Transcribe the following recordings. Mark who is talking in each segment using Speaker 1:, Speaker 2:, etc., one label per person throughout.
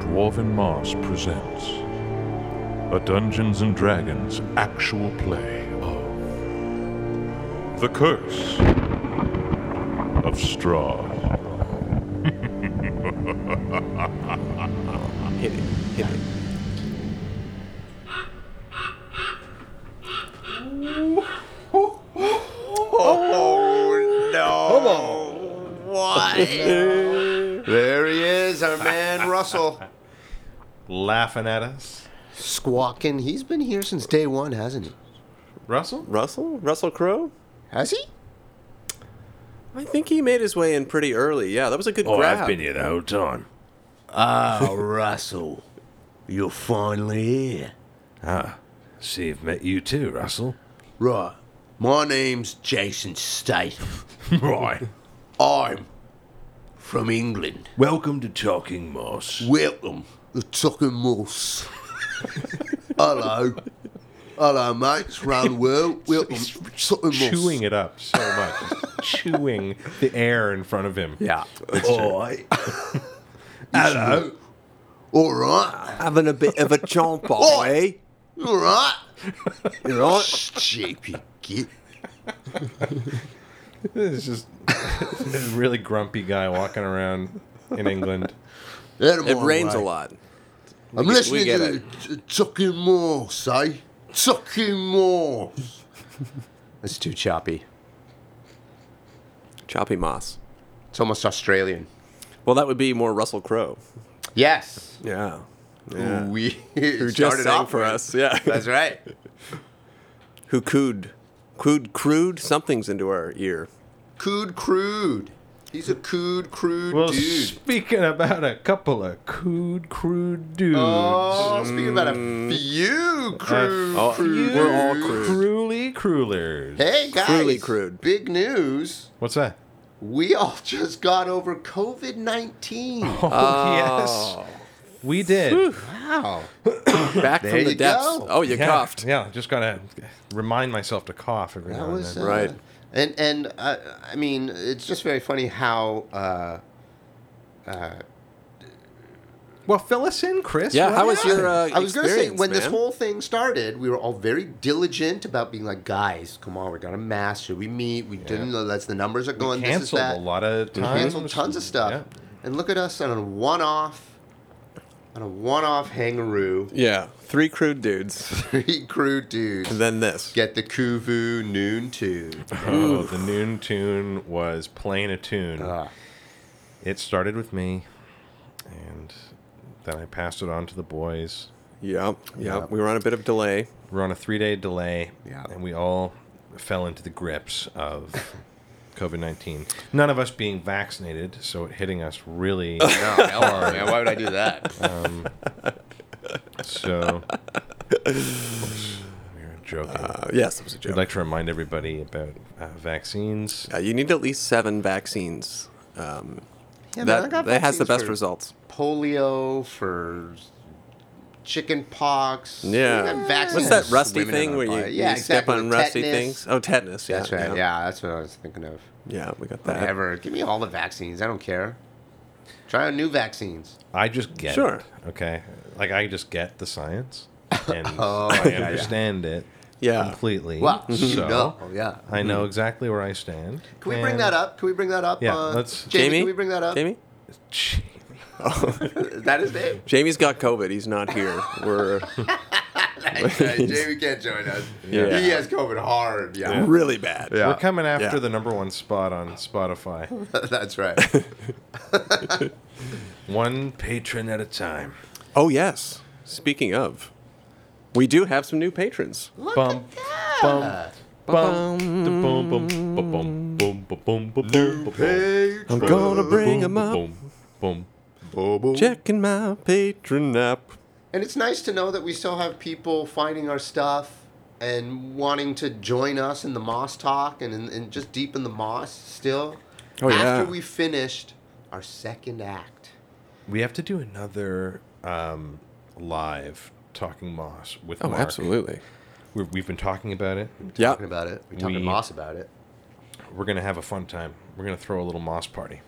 Speaker 1: Dwarven Mars presents a Dungeons and Dragons actual play of The Curse of Straw.
Speaker 2: Hit it. Hit it.
Speaker 3: There he is, our man Russell.
Speaker 4: laughing at us.
Speaker 3: Squawking. He's been here since day one, hasn't he?
Speaker 4: Russell?
Speaker 2: Russell? Russell Crowe?
Speaker 3: Has he?
Speaker 2: I think he made his way in pretty early. Yeah, that was a
Speaker 4: Oh,
Speaker 2: good grab.
Speaker 4: here the whole time.
Speaker 3: Oh, Russell. You're finally here.
Speaker 4: See, I've met you too, Russell.
Speaker 3: Right. My name's Jason Statham.
Speaker 4: right.
Speaker 3: I'm from England.
Speaker 4: Welcome to Talking Moss.
Speaker 3: Welcome to Tucker Moss. Hello. Hello, mates, round the world. Welcome to Tucker Moss.
Speaker 4: Chewing it up so much. Just chewing the air in front of him.
Speaker 2: Yeah.
Speaker 4: Oi. Hello.
Speaker 3: All right.
Speaker 2: Having a bit of a chomp on, eh?
Speaker 3: All right. All right. Stupid git.
Speaker 4: This is just a really grumpy guy walking around in England.
Speaker 2: It
Speaker 4: Oh,
Speaker 2: rains a lot.
Speaker 3: I'm
Speaker 2: get- we
Speaker 3: listening
Speaker 2: get
Speaker 3: to the t- Tucking Morse, eh? Tucking Morse.
Speaker 5: It's too choppy.
Speaker 2: Choppy moss.
Speaker 3: It's almost Australian.
Speaker 2: Well, that would be more Russell Crowe.
Speaker 3: Yes.
Speaker 2: Yeah.
Speaker 3: We
Speaker 2: Who
Speaker 3: it
Speaker 2: just
Speaker 3: started
Speaker 2: sang
Speaker 3: off
Speaker 2: for
Speaker 3: right.
Speaker 2: us. Yeah.
Speaker 3: That's right.
Speaker 2: Who cooed. Cooed, crude something's into our ear.
Speaker 3: Cood crude. He's a cood crude
Speaker 4: Well,
Speaker 3: dude.
Speaker 4: speaking about a couple of crude, crude dudes.
Speaker 3: Oh, speaking about a
Speaker 2: Mm.
Speaker 3: few crude,
Speaker 4: A
Speaker 3: crude.
Speaker 2: oh, we're all crude.
Speaker 4: Cruelly cruelers.
Speaker 3: Hey guys,
Speaker 2: Truly crude.
Speaker 3: Big news.
Speaker 4: What's that?
Speaker 3: We all just got over COVID nineteen.
Speaker 4: Oh, yes. We did.
Speaker 2: oh,
Speaker 3: Wow.
Speaker 2: Back
Speaker 3: There
Speaker 2: from the
Speaker 3: you
Speaker 2: depths.
Speaker 3: go.
Speaker 2: Oh, you
Speaker 4: yeah,
Speaker 2: coughed.
Speaker 4: Yeah, just gotta remind myself to cough every
Speaker 3: That
Speaker 4: now
Speaker 3: was
Speaker 4: and
Speaker 3: uh,
Speaker 4: then.
Speaker 2: Right.
Speaker 3: And and uh, I mean, it's just very funny how uh,
Speaker 4: Well, fill us in, Chris.
Speaker 2: Yeah,
Speaker 4: What
Speaker 2: how was
Speaker 4: happened?
Speaker 2: your uh,
Speaker 3: I was gonna say
Speaker 2: experience,
Speaker 3: when this
Speaker 2: man?
Speaker 3: whole thing started, we were all very diligent about being like, guys, come on, we got a mask. Should we meet? We didn't. That's the numbers are going. this is
Speaker 4: canceled
Speaker 3: that.
Speaker 4: a lot of
Speaker 3: we
Speaker 4: times.
Speaker 3: canceled tons of stuff.
Speaker 4: Yeah.
Speaker 3: And look at us on a one-off, on a one-off hangaroo.
Speaker 2: Yeah. Three crude dudes.
Speaker 3: Three crew dudes
Speaker 2: and then this.
Speaker 3: get the Kuvu noon two.
Speaker 4: Oh, the noon tune was playing a tune.
Speaker 3: Ah.
Speaker 4: It started with me, and then I passed it on to the boys.
Speaker 2: Yep. Yep. We were on a bit of delay.
Speaker 4: We're on a three-day delay,
Speaker 2: Yeah.
Speaker 4: and we all fell into the grips of COVID nineteen. None of us being vaccinated, so it hitting us really hard. Um,
Speaker 3: why would I do that?
Speaker 4: So we were joking.
Speaker 2: Uh, yes, that was a joke.
Speaker 4: I'd like to remind everybody about uh, vaccines.
Speaker 2: Uh, you need at least seven vaccines. Um,
Speaker 3: Yeah, man, I
Speaker 2: that
Speaker 3: got
Speaker 2: that has the
Speaker 3: vaccines
Speaker 2: best
Speaker 3: for
Speaker 2: results.
Speaker 3: Polio for chicken pox.
Speaker 2: Yeah.
Speaker 3: We got vaccines
Speaker 2: What's that
Speaker 3: for
Speaker 2: rusty
Speaker 3: women in
Speaker 2: thing
Speaker 3: our
Speaker 2: where you,
Speaker 3: body.
Speaker 2: you
Speaker 3: yeah,
Speaker 2: step
Speaker 3: exactly.
Speaker 2: on rusty
Speaker 3: Tetanus.
Speaker 2: things? Oh, tetanus. Yeah,
Speaker 3: That's right.
Speaker 2: Yeah.
Speaker 3: Yeah, that's what I was thinking of.
Speaker 2: Yeah, we got that.
Speaker 3: Whatever. Give me all the vaccines. I don't care. Try out new vaccines.
Speaker 4: I just get
Speaker 2: Sure.
Speaker 4: it. Okay. Like I just get the science and
Speaker 3: Oh, yeah,
Speaker 4: I
Speaker 3: yeah.
Speaker 4: understand it
Speaker 2: Yeah.
Speaker 4: completely.
Speaker 3: Wow.
Speaker 4: So
Speaker 3: No, yeah.
Speaker 4: I know exactly where I stand.
Speaker 3: Can we bring that up? Can we bring that up?
Speaker 4: Yeah,
Speaker 3: uh,
Speaker 4: let's-
Speaker 3: Jamie, Can we bring that up?
Speaker 2: Jamie?
Speaker 3: That is Dave.
Speaker 2: Jamie's got COVID. He's not here. We're
Speaker 3: Jamie can't join us.
Speaker 2: Yeah.
Speaker 3: He has COVID hard. Yeah.
Speaker 2: really bad.
Speaker 3: Yeah.
Speaker 4: We're coming after
Speaker 2: Yeah.
Speaker 4: the number one spot on Spotify.
Speaker 3: that's right.
Speaker 4: one patron at a time.
Speaker 2: Oh, yes. Speaking of, we do have some new patrons.
Speaker 3: Look
Speaker 4: Bum,
Speaker 3: at that.
Speaker 4: bum, Bum, da- bum, bum, ba- bum, bum, ba- bum, ba- bum, ba- bum.
Speaker 3: Page.
Speaker 2: I'm gonna bring
Speaker 4: Boom,
Speaker 2: him up.
Speaker 4: boom, boom, Bobo.
Speaker 2: Checking my patron app.
Speaker 3: And it's nice to know that we still have people finding our stuff and wanting to join us in the moss talk and, in, and just deep in the moss still.
Speaker 2: Oh, yeah.
Speaker 3: After we finished our second act.
Speaker 4: We have to do another um, live talking moss with
Speaker 2: Oh,
Speaker 4: Mark.
Speaker 2: absolutely.
Speaker 4: We're, we've been talking about it.
Speaker 2: Yeah.
Speaker 3: Talking about it. We talked to
Speaker 4: We-
Speaker 3: Moss about it.
Speaker 4: We're gonna have a fun time. We're gonna throw a little moss party.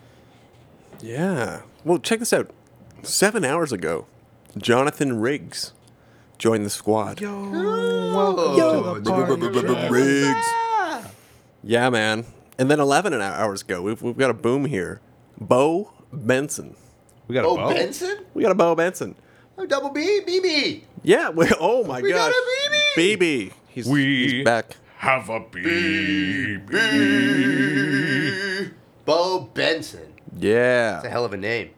Speaker 2: Yeah. Well, check this out. Seven hours ago, Jonathan Riggs joined the squad.
Speaker 3: Yo,
Speaker 2: Riggs. Yeah, man. And then 11 an- hours ago, we've, we've got a boom here. Bo Benson.
Speaker 4: We got a
Speaker 3: Oh,
Speaker 4: bow.
Speaker 3: Benson?
Speaker 2: We got a Bo Benson.
Speaker 3: Oh, double B, BB.
Speaker 2: Yeah. We, oh my
Speaker 3: We got
Speaker 2: gosh.
Speaker 3: a BB.
Speaker 2: BB. He's, he's back.
Speaker 1: Have a bee.
Speaker 3: Bo Benson. It's a
Speaker 2: Yeah.
Speaker 3: hell of a name.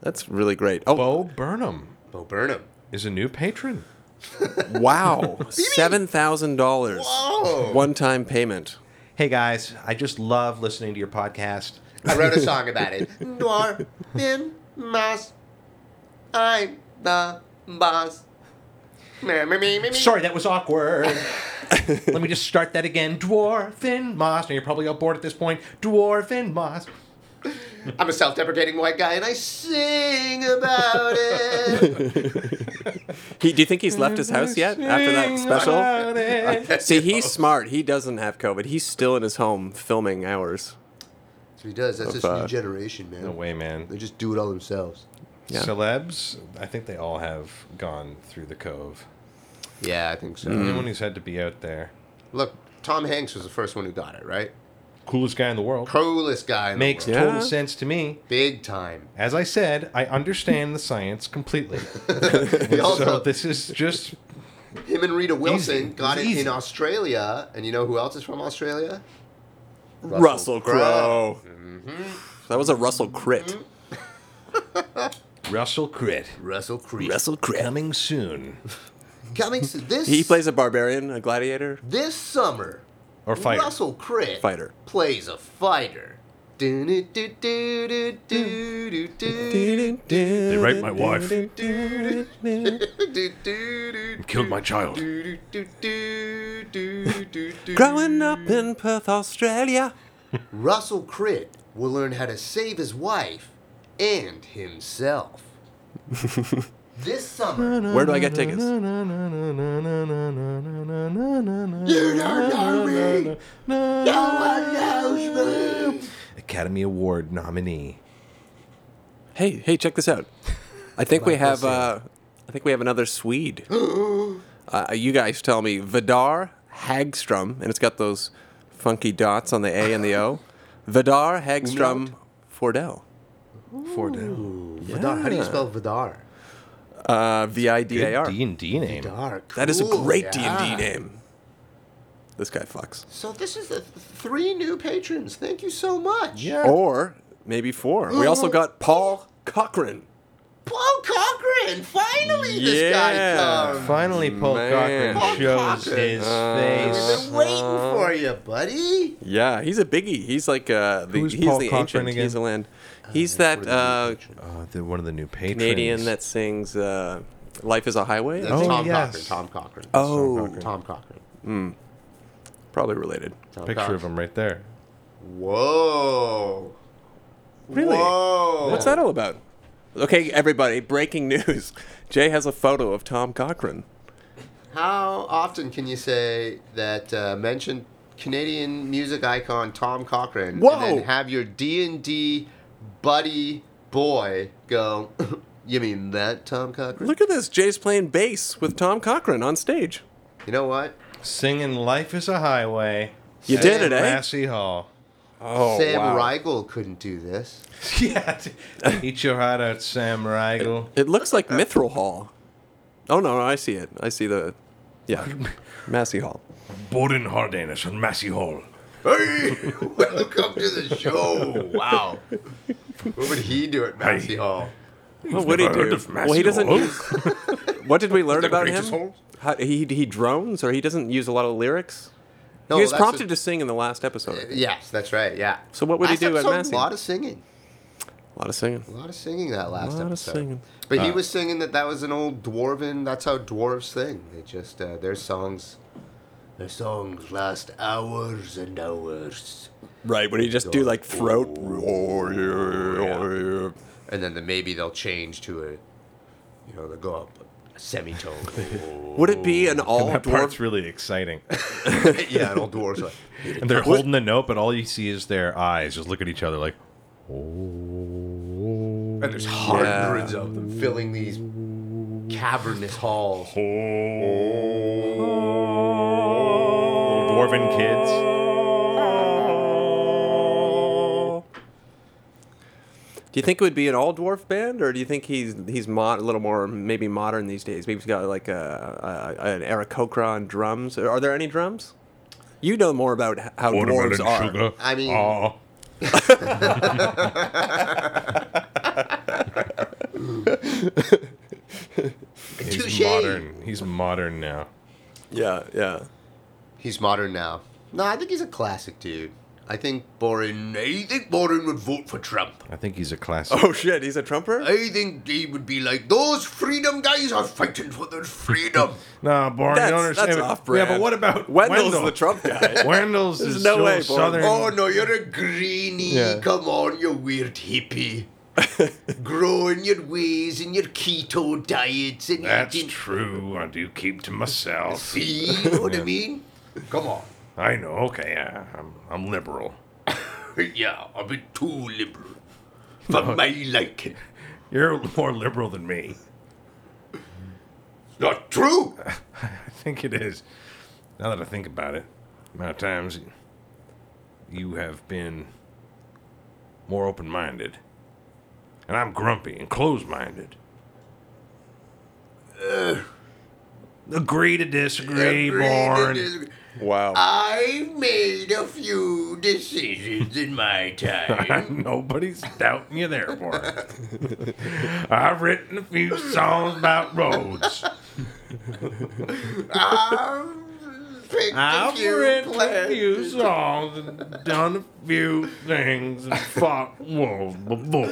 Speaker 2: That's really great. Oh,
Speaker 4: Bo Burnham
Speaker 3: Bo Burnham.
Speaker 4: is a new patron.
Speaker 2: wow. $7,000.
Speaker 3: Whoa.
Speaker 2: One time payment.
Speaker 4: Hey guys, I just love listening to your podcast.
Speaker 3: I wrote a song about it. Dwarfin Moss. I'm the boss. Me, me, me, me, me.
Speaker 4: Sorry, that was awkward. Let me just start that again. Dwarfin moss. Now you're probably all bored at this point. Dwarfin moss.
Speaker 3: I'm a self deprecating white guy and I sing about it.
Speaker 2: He, do you think he's left his house yet after that special? See, he's smart. He doesn't have COVID. He's still in his home filming hours.
Speaker 3: So he does. That's
Speaker 2: Of,
Speaker 3: this new
Speaker 2: uh,
Speaker 3: generation, man.
Speaker 4: No way,
Speaker 3: They
Speaker 4: man.
Speaker 3: just do it all themselves.
Speaker 2: Yeah.
Speaker 4: Celebs, I think they all have gone through the cove.
Speaker 3: Yeah, I think so.
Speaker 4: Anyone who's had to be out there,
Speaker 3: Look, Tom Hanks was the first one who got it, right?
Speaker 4: coolest guy in the world,
Speaker 3: Coolest guy in
Speaker 4: makes
Speaker 3: the world.
Speaker 2: Yeah.
Speaker 4: total sense to me.
Speaker 3: Big time.
Speaker 4: As I said, I understand the science completely.
Speaker 3: He
Speaker 4: so
Speaker 3: also,
Speaker 4: this is just
Speaker 3: him and Rita Wilson
Speaker 4: Easy.
Speaker 3: got
Speaker 4: It's
Speaker 3: it in
Speaker 4: easy.
Speaker 3: Australia. And you know who else is from Australia?
Speaker 2: Russell Crowe.
Speaker 3: Mm-hmm.
Speaker 2: That was a Russell crit.
Speaker 4: Russell Crit.
Speaker 3: Russell Creed.
Speaker 2: Russell crit.
Speaker 4: Coming soon.
Speaker 3: Coming to this.
Speaker 2: He plays a barbarian, a gladiator.
Speaker 3: This summer,
Speaker 4: Or fighter.
Speaker 3: Russell Critt
Speaker 2: Fighter.
Speaker 3: plays a fighter. Killed
Speaker 1: They raped my wife. Killed my child.
Speaker 2: Growing up in Perth, Australia.
Speaker 3: Russell Critt will learn how to save his wife and himself. this summer.
Speaker 2: Where do I get tickets?
Speaker 3: You don't know me. No one knows me.
Speaker 4: Academy Award nominee.
Speaker 2: Hey, hey, check this out. I think we have. Uh, I think we have another Swede. Uh, you guys tell me, Vidar Hagstrom, and it's got those funky dots on the A and the O. Vidar Hagstrom Fordell.
Speaker 3: Vidar, how do you spell Vidar?
Speaker 2: Uh, V i d a r.
Speaker 4: D and D name.
Speaker 3: Vidar.
Speaker 2: That is a
Speaker 3: cool,
Speaker 2: great D
Speaker 3: yeah.
Speaker 2: and D name. This guy fucks.
Speaker 3: So this is the th- three new patrons. Thank you so much.
Speaker 4: Yeah.
Speaker 2: Or maybe four. We also got Paul Cochran.
Speaker 3: Paul Cochran. Finally, this
Speaker 2: Yeah.
Speaker 3: guy comes.
Speaker 4: Finally, Paul
Speaker 2: Man. Uh,
Speaker 4: Cochran
Speaker 3: Paul
Speaker 4: shows
Speaker 3: Cochran.
Speaker 4: his
Speaker 3: We've
Speaker 4: face.
Speaker 3: been waiting for you, buddy.
Speaker 2: Yeah, he's a biggie. He's like uh, the
Speaker 4: Who's
Speaker 2: he's
Speaker 4: Paul
Speaker 2: the
Speaker 4: Cochran
Speaker 2: ancient.
Speaker 4: again?
Speaker 2: He's the land. He's that uh,
Speaker 4: Uh, the, one of the new patrons.
Speaker 2: Canadian that sings uh, "Life Is a Highway."
Speaker 3: That's
Speaker 4: Oh,
Speaker 3: Tom
Speaker 4: yes.
Speaker 3: Cochran. Tom Cochran.
Speaker 2: Oh.
Speaker 3: Tom Cochran.
Speaker 2: Probably related.
Speaker 3: Tom
Speaker 4: picture
Speaker 3: Cochran.
Speaker 4: of him right there.
Speaker 3: Whoa.
Speaker 2: Really?
Speaker 3: Whoa.
Speaker 2: What's that all about? Okay, everybody, breaking news. Jay has a photo of Tom Cochran.
Speaker 3: How often can you say that uh, mention Canadian music icon Tom Cochran
Speaker 2: Whoa.
Speaker 3: and then have your D and D buddy boy go? you mean that Tom Cochran?
Speaker 2: Look at this. Jay's playing bass with Tom Cochran on stage.
Speaker 3: You know what?
Speaker 4: Singing "Life Is a Highway."
Speaker 2: You
Speaker 4: at
Speaker 2: did it, eh?
Speaker 4: Massey Hall.
Speaker 2: Oh,
Speaker 3: Sam
Speaker 2: wow.
Speaker 3: Riegel couldn't do this.
Speaker 4: yeah. Eat your heart out, Sam Riegel.
Speaker 2: It looks like Mithril Hall. Oh no, I see it. I see the, yeah, Massey Hall.
Speaker 1: Borden Hardanus and Massey Hall.
Speaker 3: Hey, welcome to the show. Wow. What would he do at Massey Hall?
Speaker 2: What would he
Speaker 1: never heard
Speaker 2: do?
Speaker 1: of Massey
Speaker 2: Well, he doesn't
Speaker 1: Hall.
Speaker 2: use. what did we learn about
Speaker 1: greatest
Speaker 2: him?
Speaker 1: hall?
Speaker 2: How, he he drones, or he doesn't use a lot of lyrics.
Speaker 3: No,
Speaker 2: he was
Speaker 3: that's a-
Speaker 2: prompted to sing in the last episode. I think.
Speaker 3: Yes, that's right. Yeah.
Speaker 2: So what would he
Speaker 3: Last
Speaker 2: do at
Speaker 3: episode,
Speaker 2: Massey?
Speaker 3: A lot of singing.
Speaker 2: A lot of singing.
Speaker 3: A lot of singing that last
Speaker 2: lot of
Speaker 3: episode.
Speaker 2: singing.
Speaker 3: But he was singing that that was an old dwarven. That's how dwarves sing. They just uh, their songs, their songs last hours and hours.
Speaker 2: Right, when you just do like throat.
Speaker 3: And then the, maybe they'll change to a, you know, they'll go up a semitone.
Speaker 2: Would it be an all
Speaker 4: That
Speaker 2: dwarf?
Speaker 4: part's really exciting.
Speaker 3: yeah, and old dwarves like.
Speaker 4: And they're holding the note, but all you see is their eyes just look at each other like,
Speaker 3: And there's hundreds of them filling these cavernous halls.
Speaker 4: Oh. little dwarven kids.
Speaker 2: Do you think it would be an all dwarf band, or do you think he's he's mod, a little more maybe modern these days? Maybe he's got like a, a an Eric Okra on drums. Are there any drums? You know more about h- how dwarves are.
Speaker 3: I mean-
Speaker 4: Aw. He's
Speaker 3: Touche.
Speaker 4: modern. He's modern now.
Speaker 2: Yeah, yeah.
Speaker 3: He's modern now. No, I think he's a classic dude. I think Borin. I think Borin would vote for Trump.
Speaker 4: I think he's a classic.
Speaker 2: Oh shit, he's a trumper.
Speaker 3: I think he would be like, those freedom guys are fighting for their freedom.
Speaker 4: Nah, Boren, you
Speaker 2: That's,
Speaker 4: don't
Speaker 2: that's
Speaker 4: understand.
Speaker 2: off-brand.
Speaker 4: Yeah, but what about
Speaker 2: Wendell's
Speaker 4: Wendell?
Speaker 2: the Trump guy?
Speaker 4: Wendell's
Speaker 2: There's
Speaker 4: is
Speaker 2: no
Speaker 4: so
Speaker 2: way, Boren.
Speaker 4: southern.
Speaker 3: oh no, you're a greenie.
Speaker 4: Yeah.
Speaker 3: Come on, you weird hippie. Growing your ways and your keto diets and
Speaker 1: That's
Speaker 3: eating.
Speaker 1: true. I do keep to myself.
Speaker 3: See, you know what I mean? Come on.
Speaker 1: I know. Okay, yeah, I'm I'm liberal.
Speaker 3: Yeah, a bit too liberal. For my liking.
Speaker 1: You're more liberal than me.
Speaker 3: Not true.
Speaker 1: I think it is. Now that I think about it, the amount of times you have been more open-minded, and I'm grumpy and closed-minded. agree to disagree, Born.
Speaker 2: Wow.
Speaker 3: I've made a few decisions in my time.
Speaker 1: Nobody's doubting you there, Warren. I've written a few songs about roads.
Speaker 3: I've picked a
Speaker 1: I've
Speaker 3: few
Speaker 1: written a
Speaker 3: plans.
Speaker 1: few songs and done a few things and fought wolves before.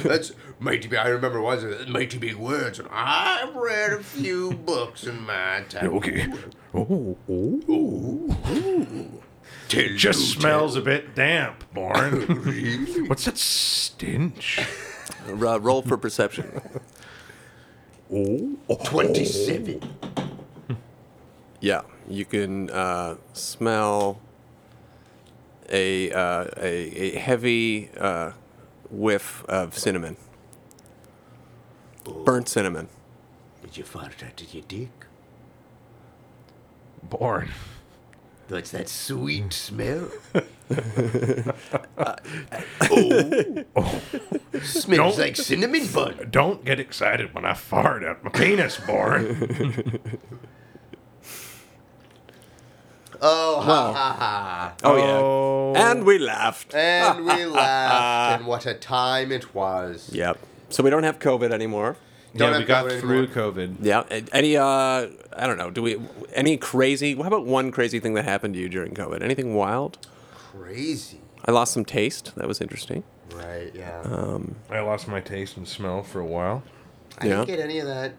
Speaker 3: That's mighty big. I remember was it mighty big words. And I've read a few books in my time.
Speaker 1: Okay.
Speaker 3: Till
Speaker 1: Just
Speaker 3: you
Speaker 1: smells a bit damp, Warren.
Speaker 3: tell me.
Speaker 1: What's that stench?
Speaker 2: Uh, roll for perception.
Speaker 4: Oh.
Speaker 3: Twenty-seven.
Speaker 2: Yeah, you can uh, smell a, uh, a a heavy uh, whiff of cinnamon, burnt cinnamon.
Speaker 3: Did you fart out of your dick?
Speaker 1: Born.
Speaker 3: What's that sweet smell? Uh, oh. uh, Smells
Speaker 1: Don't-
Speaker 3: like cinnamon bun.
Speaker 1: Don't get excited when I fart out my penis, Born.
Speaker 3: Oh, ha ha ha.
Speaker 2: Oh yeah, and we laughed.
Speaker 3: And we laughed, and what a time it was.
Speaker 2: Yep. So we don't have COVID anymore.
Speaker 3: Don't
Speaker 4: yeah, we
Speaker 3: have
Speaker 4: got
Speaker 3: COVID
Speaker 4: through
Speaker 3: anymore.
Speaker 4: COVID.
Speaker 2: Yeah. a- Any uh, I don't know. Do we any crazy? How about one crazy thing that happened to you during COVID? Anything wild?
Speaker 3: Crazy.
Speaker 2: I lost some taste. That was interesting.
Speaker 3: Right, yeah.
Speaker 4: I lost my taste and smell for a while.
Speaker 3: I
Speaker 2: yeah.
Speaker 3: didn't get any of that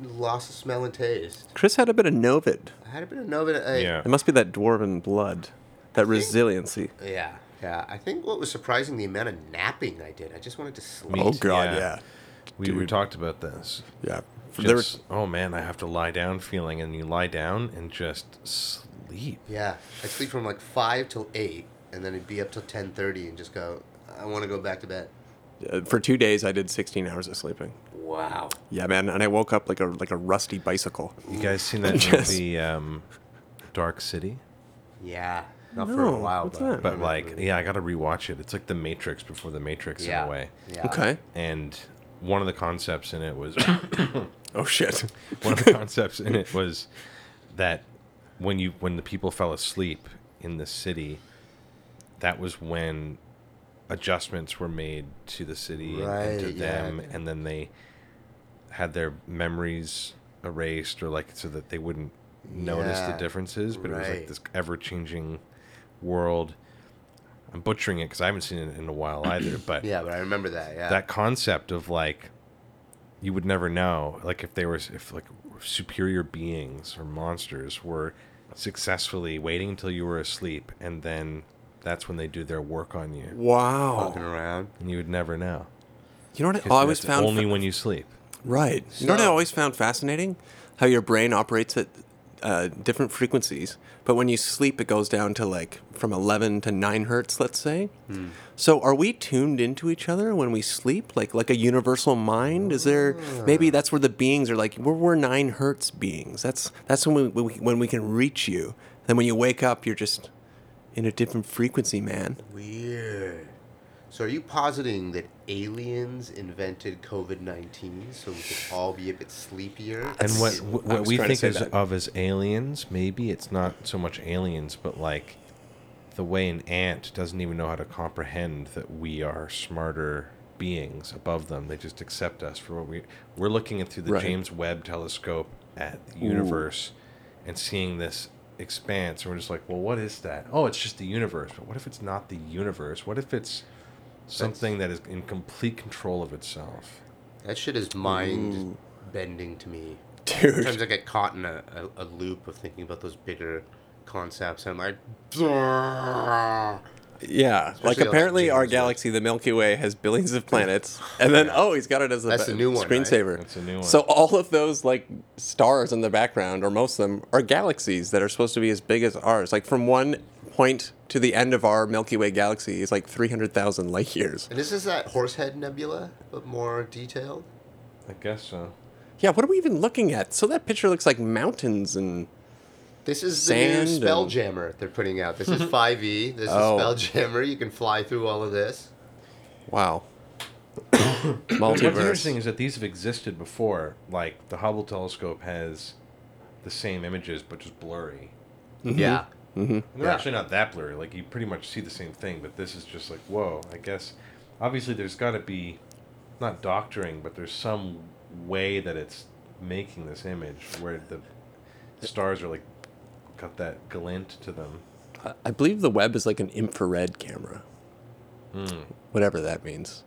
Speaker 3: loss of smell and taste.
Speaker 2: Chris had a bit of novid.
Speaker 3: I had a bit of Nova. I,
Speaker 4: Yeah.
Speaker 2: It must be that dwarven blood, that resiliency.
Speaker 3: Yeah. Yeah. I think what was surprising the amount of napping I did. I just wanted to sleep.
Speaker 2: Oh god,
Speaker 4: Yeah.
Speaker 2: yeah.
Speaker 4: We, we talked about this.
Speaker 2: Yeah. There were-
Speaker 4: Just, oh man, I have to lie down feeling, and you lie down and just sleep.
Speaker 3: Yeah. I'd sleep from like 5 till 8, and then it'd be up till 10.30 and just go, I want to go back to bed.
Speaker 2: uh, for two days I did 16 hours of sleeping.
Speaker 3: Wow.
Speaker 2: Yeah, man, and I woke up like a like a rusty bicycle.
Speaker 4: You guys seen that
Speaker 2: Yes.
Speaker 4: movie, um, Dark City?
Speaker 3: Yeah. Not for a
Speaker 2: No,
Speaker 3: while,
Speaker 2: what's
Speaker 3: but.
Speaker 2: that?
Speaker 4: But like, yeah, I got to rewatch it. It's like The Matrix before The Matrix
Speaker 3: Yeah.
Speaker 4: in a way.
Speaker 3: Yeah.
Speaker 2: Okay.
Speaker 4: And one of the concepts in it was
Speaker 2: Oh shit.
Speaker 4: one of the concepts in it was that when you when the people fell asleep in the city, that was when adjustments were made to the city and to
Speaker 3: Right, yeah.
Speaker 4: them, and then they had their memories erased or like so that they wouldn't notice the
Speaker 3: Yeah,
Speaker 4: differences. But it was like
Speaker 3: right.
Speaker 4: this ever changing world. I'm butchering it because I haven't seen it in a while either. But
Speaker 3: Yeah, but I remember that. Yeah.
Speaker 4: that concept of like you would never know like if they were if like superior beings or monsters were successfully waiting until you were asleep and then that's when they do their work on you
Speaker 3: Fucking
Speaker 2: Wow.
Speaker 3: around.
Speaker 4: and you would never know
Speaker 2: You know what Oh, I always
Speaker 4: That's
Speaker 2: found
Speaker 4: only
Speaker 2: fa-
Speaker 4: when you sleep
Speaker 2: right. You know what I
Speaker 3: So-
Speaker 2: always found fascinating? How your brain operates at uh, different frequencies, but when you sleep, it goes down to like from 11 to 9 hertz, let's say. So, are we tuned into each other when we sleep? Like, like a universal mind? Is there maybe that's where the beings are like we're, we're 9 hertz beings? That's that's when we, when we when we can reach you. Then when you wake up, you're just in a different frequency, man.
Speaker 3: Weird. So are you positing that aliens invented COVID nineteen so we could all be a bit sleepier?
Speaker 4: and what
Speaker 3: It-
Speaker 4: what,
Speaker 2: was
Speaker 4: we
Speaker 2: trying to
Speaker 4: think
Speaker 2: say
Speaker 4: is
Speaker 2: that.
Speaker 4: of as aliens maybe it's not so much aliens but like the way an ant doesn't even know how to comprehend that we are smarter beings above them they just accept us for what we we're looking at through the
Speaker 2: Right.
Speaker 4: James Webb telescope at the universe and seeing this expanse and we're just like well what is that oh it's just the universe but what if it's not the universe what if it's something that is in complete control of itself
Speaker 3: that shit is mind bending to me. Sometimes
Speaker 2: Dude.
Speaker 3: I get caught in a, a, a loop of thinking about those bigger concepts. And I'm like,
Speaker 2: Yeah. like,
Speaker 3: like
Speaker 2: apparently, our
Speaker 3: James Webb.
Speaker 2: galaxy, the Milky Way, has billions of planets. And then, oh, he's got it as a,
Speaker 3: That's
Speaker 2: ba-
Speaker 3: a new one, right?
Speaker 2: screensaver.
Speaker 4: That's a new one.
Speaker 2: So, all of those, like, stars in the background, or most of them, are galaxies that are supposed to be as big as ours. Like, from one point to the end of our Milky Way galaxy is like 300,000 light years.
Speaker 3: and this is that Horsehead Nebula, but more detailed.
Speaker 4: I guess so
Speaker 2: Yeah, what are we even looking at? So, that picture looks like mountains and.
Speaker 3: This is the
Speaker 2: Sand
Speaker 3: new
Speaker 2: and-
Speaker 3: Spelljammer they're putting out. This is 5e. This
Speaker 2: Oh.
Speaker 3: is Spelljammer. You can fly through all of this.
Speaker 2: Wow.
Speaker 4: What's
Speaker 2: Multiverse.
Speaker 4: interesting is that these have existed before. Like the Hubble telescope has the same images, but just blurry.
Speaker 2: Mm-hmm.
Speaker 3: Yeah.
Speaker 4: And they're
Speaker 3: Yeah.
Speaker 4: actually not that blurry. Like you pretty much see the same thing, but this is just like whoa. I guess obviously there's got to be not doctoring, but there's some way that it's making this image where the stars are like got that glint to them.
Speaker 2: I believe the web is like an infrared camera,
Speaker 4: Hmm.
Speaker 2: whatever that means.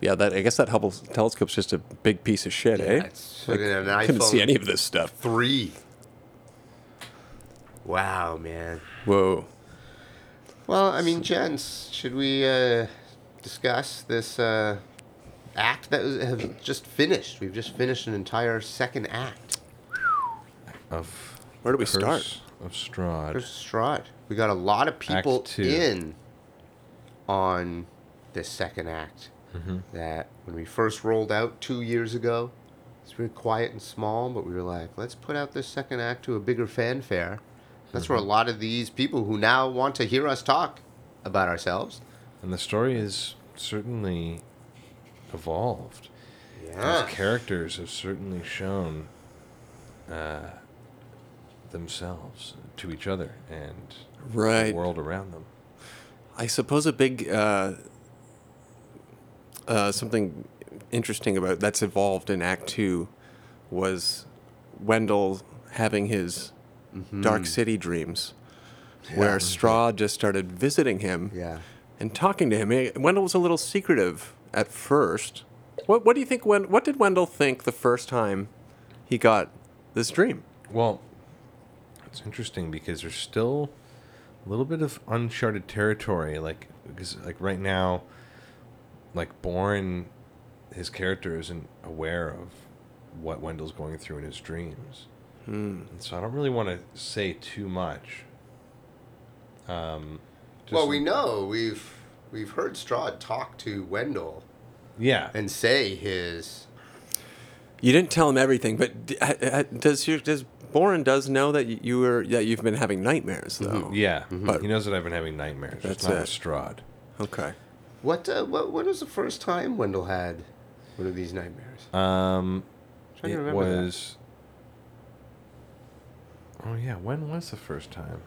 Speaker 2: Yeah, that I guess that Hubble telescope's just a big piece of shit, eh?
Speaker 3: It's like an
Speaker 2: I couldn't see
Speaker 3: iPhone
Speaker 2: any of this stuff.
Speaker 3: 3. Wow, man.
Speaker 2: Whoa.
Speaker 3: Well, I mean, gents, should we uh, discuss this uh, act that was- have just finished? We've just finished an entire second act.
Speaker 4: Of
Speaker 2: Where do we
Speaker 4: Curse
Speaker 2: start?
Speaker 4: of Strahd.
Speaker 3: There's Strahd. We got a lot of people
Speaker 4: Act two.
Speaker 3: in on this second act.
Speaker 4: Mm-hmm.
Speaker 3: That when we first rolled out two years ago, it's very quiet and small, but we were like, let's put out this second act to a bigger fanfare. That's where a
Speaker 4: Mm-hmm.
Speaker 3: lot of these people who now want to hear us talk about ourselves.
Speaker 4: And the story is certainly evolved.
Speaker 3: Yeah.
Speaker 4: Those characters have certainly shown uh, themselves to each other and the
Speaker 2: Right.
Speaker 4: world around them.
Speaker 2: I suppose a big uh, uh, something interesting about that's evolved in Act Two was Wendell having his Dark City dreams, where Strahd just started visiting him.
Speaker 3: Yeah.
Speaker 2: and talking to him. Eh, Wendell was a little secretive at first. What What do you think? When What did Wendell think the first time he got this dream?
Speaker 4: Well, it's interesting because there's still a little bit of uncharted territory. Like, because like right now, like Bourne, his character isn't aware of what Wendell's going through in his dreams, and so I don't really want to say too much. Um, just-
Speaker 3: Well, we know we've we've heard Strahd talk to Wendell
Speaker 4: yeah,
Speaker 3: and say his
Speaker 2: You didn't tell him everything, but d- ha- ha- does your does Boren does know that y- you were that you've been having nightmares though?
Speaker 4: Mm-hmm, Yeah,
Speaker 2: But-
Speaker 4: he knows that I've been having nightmares.
Speaker 2: Mm-hmm. That's
Speaker 4: it's not
Speaker 2: it.
Speaker 4: with Strahd.
Speaker 2: Okay.
Speaker 3: what uh, what what was the first time Wendell had one of these nightmares?
Speaker 4: Um,
Speaker 3: trying to
Speaker 4: it
Speaker 3: remember that.
Speaker 4: was. Oh yeah, when was the first time?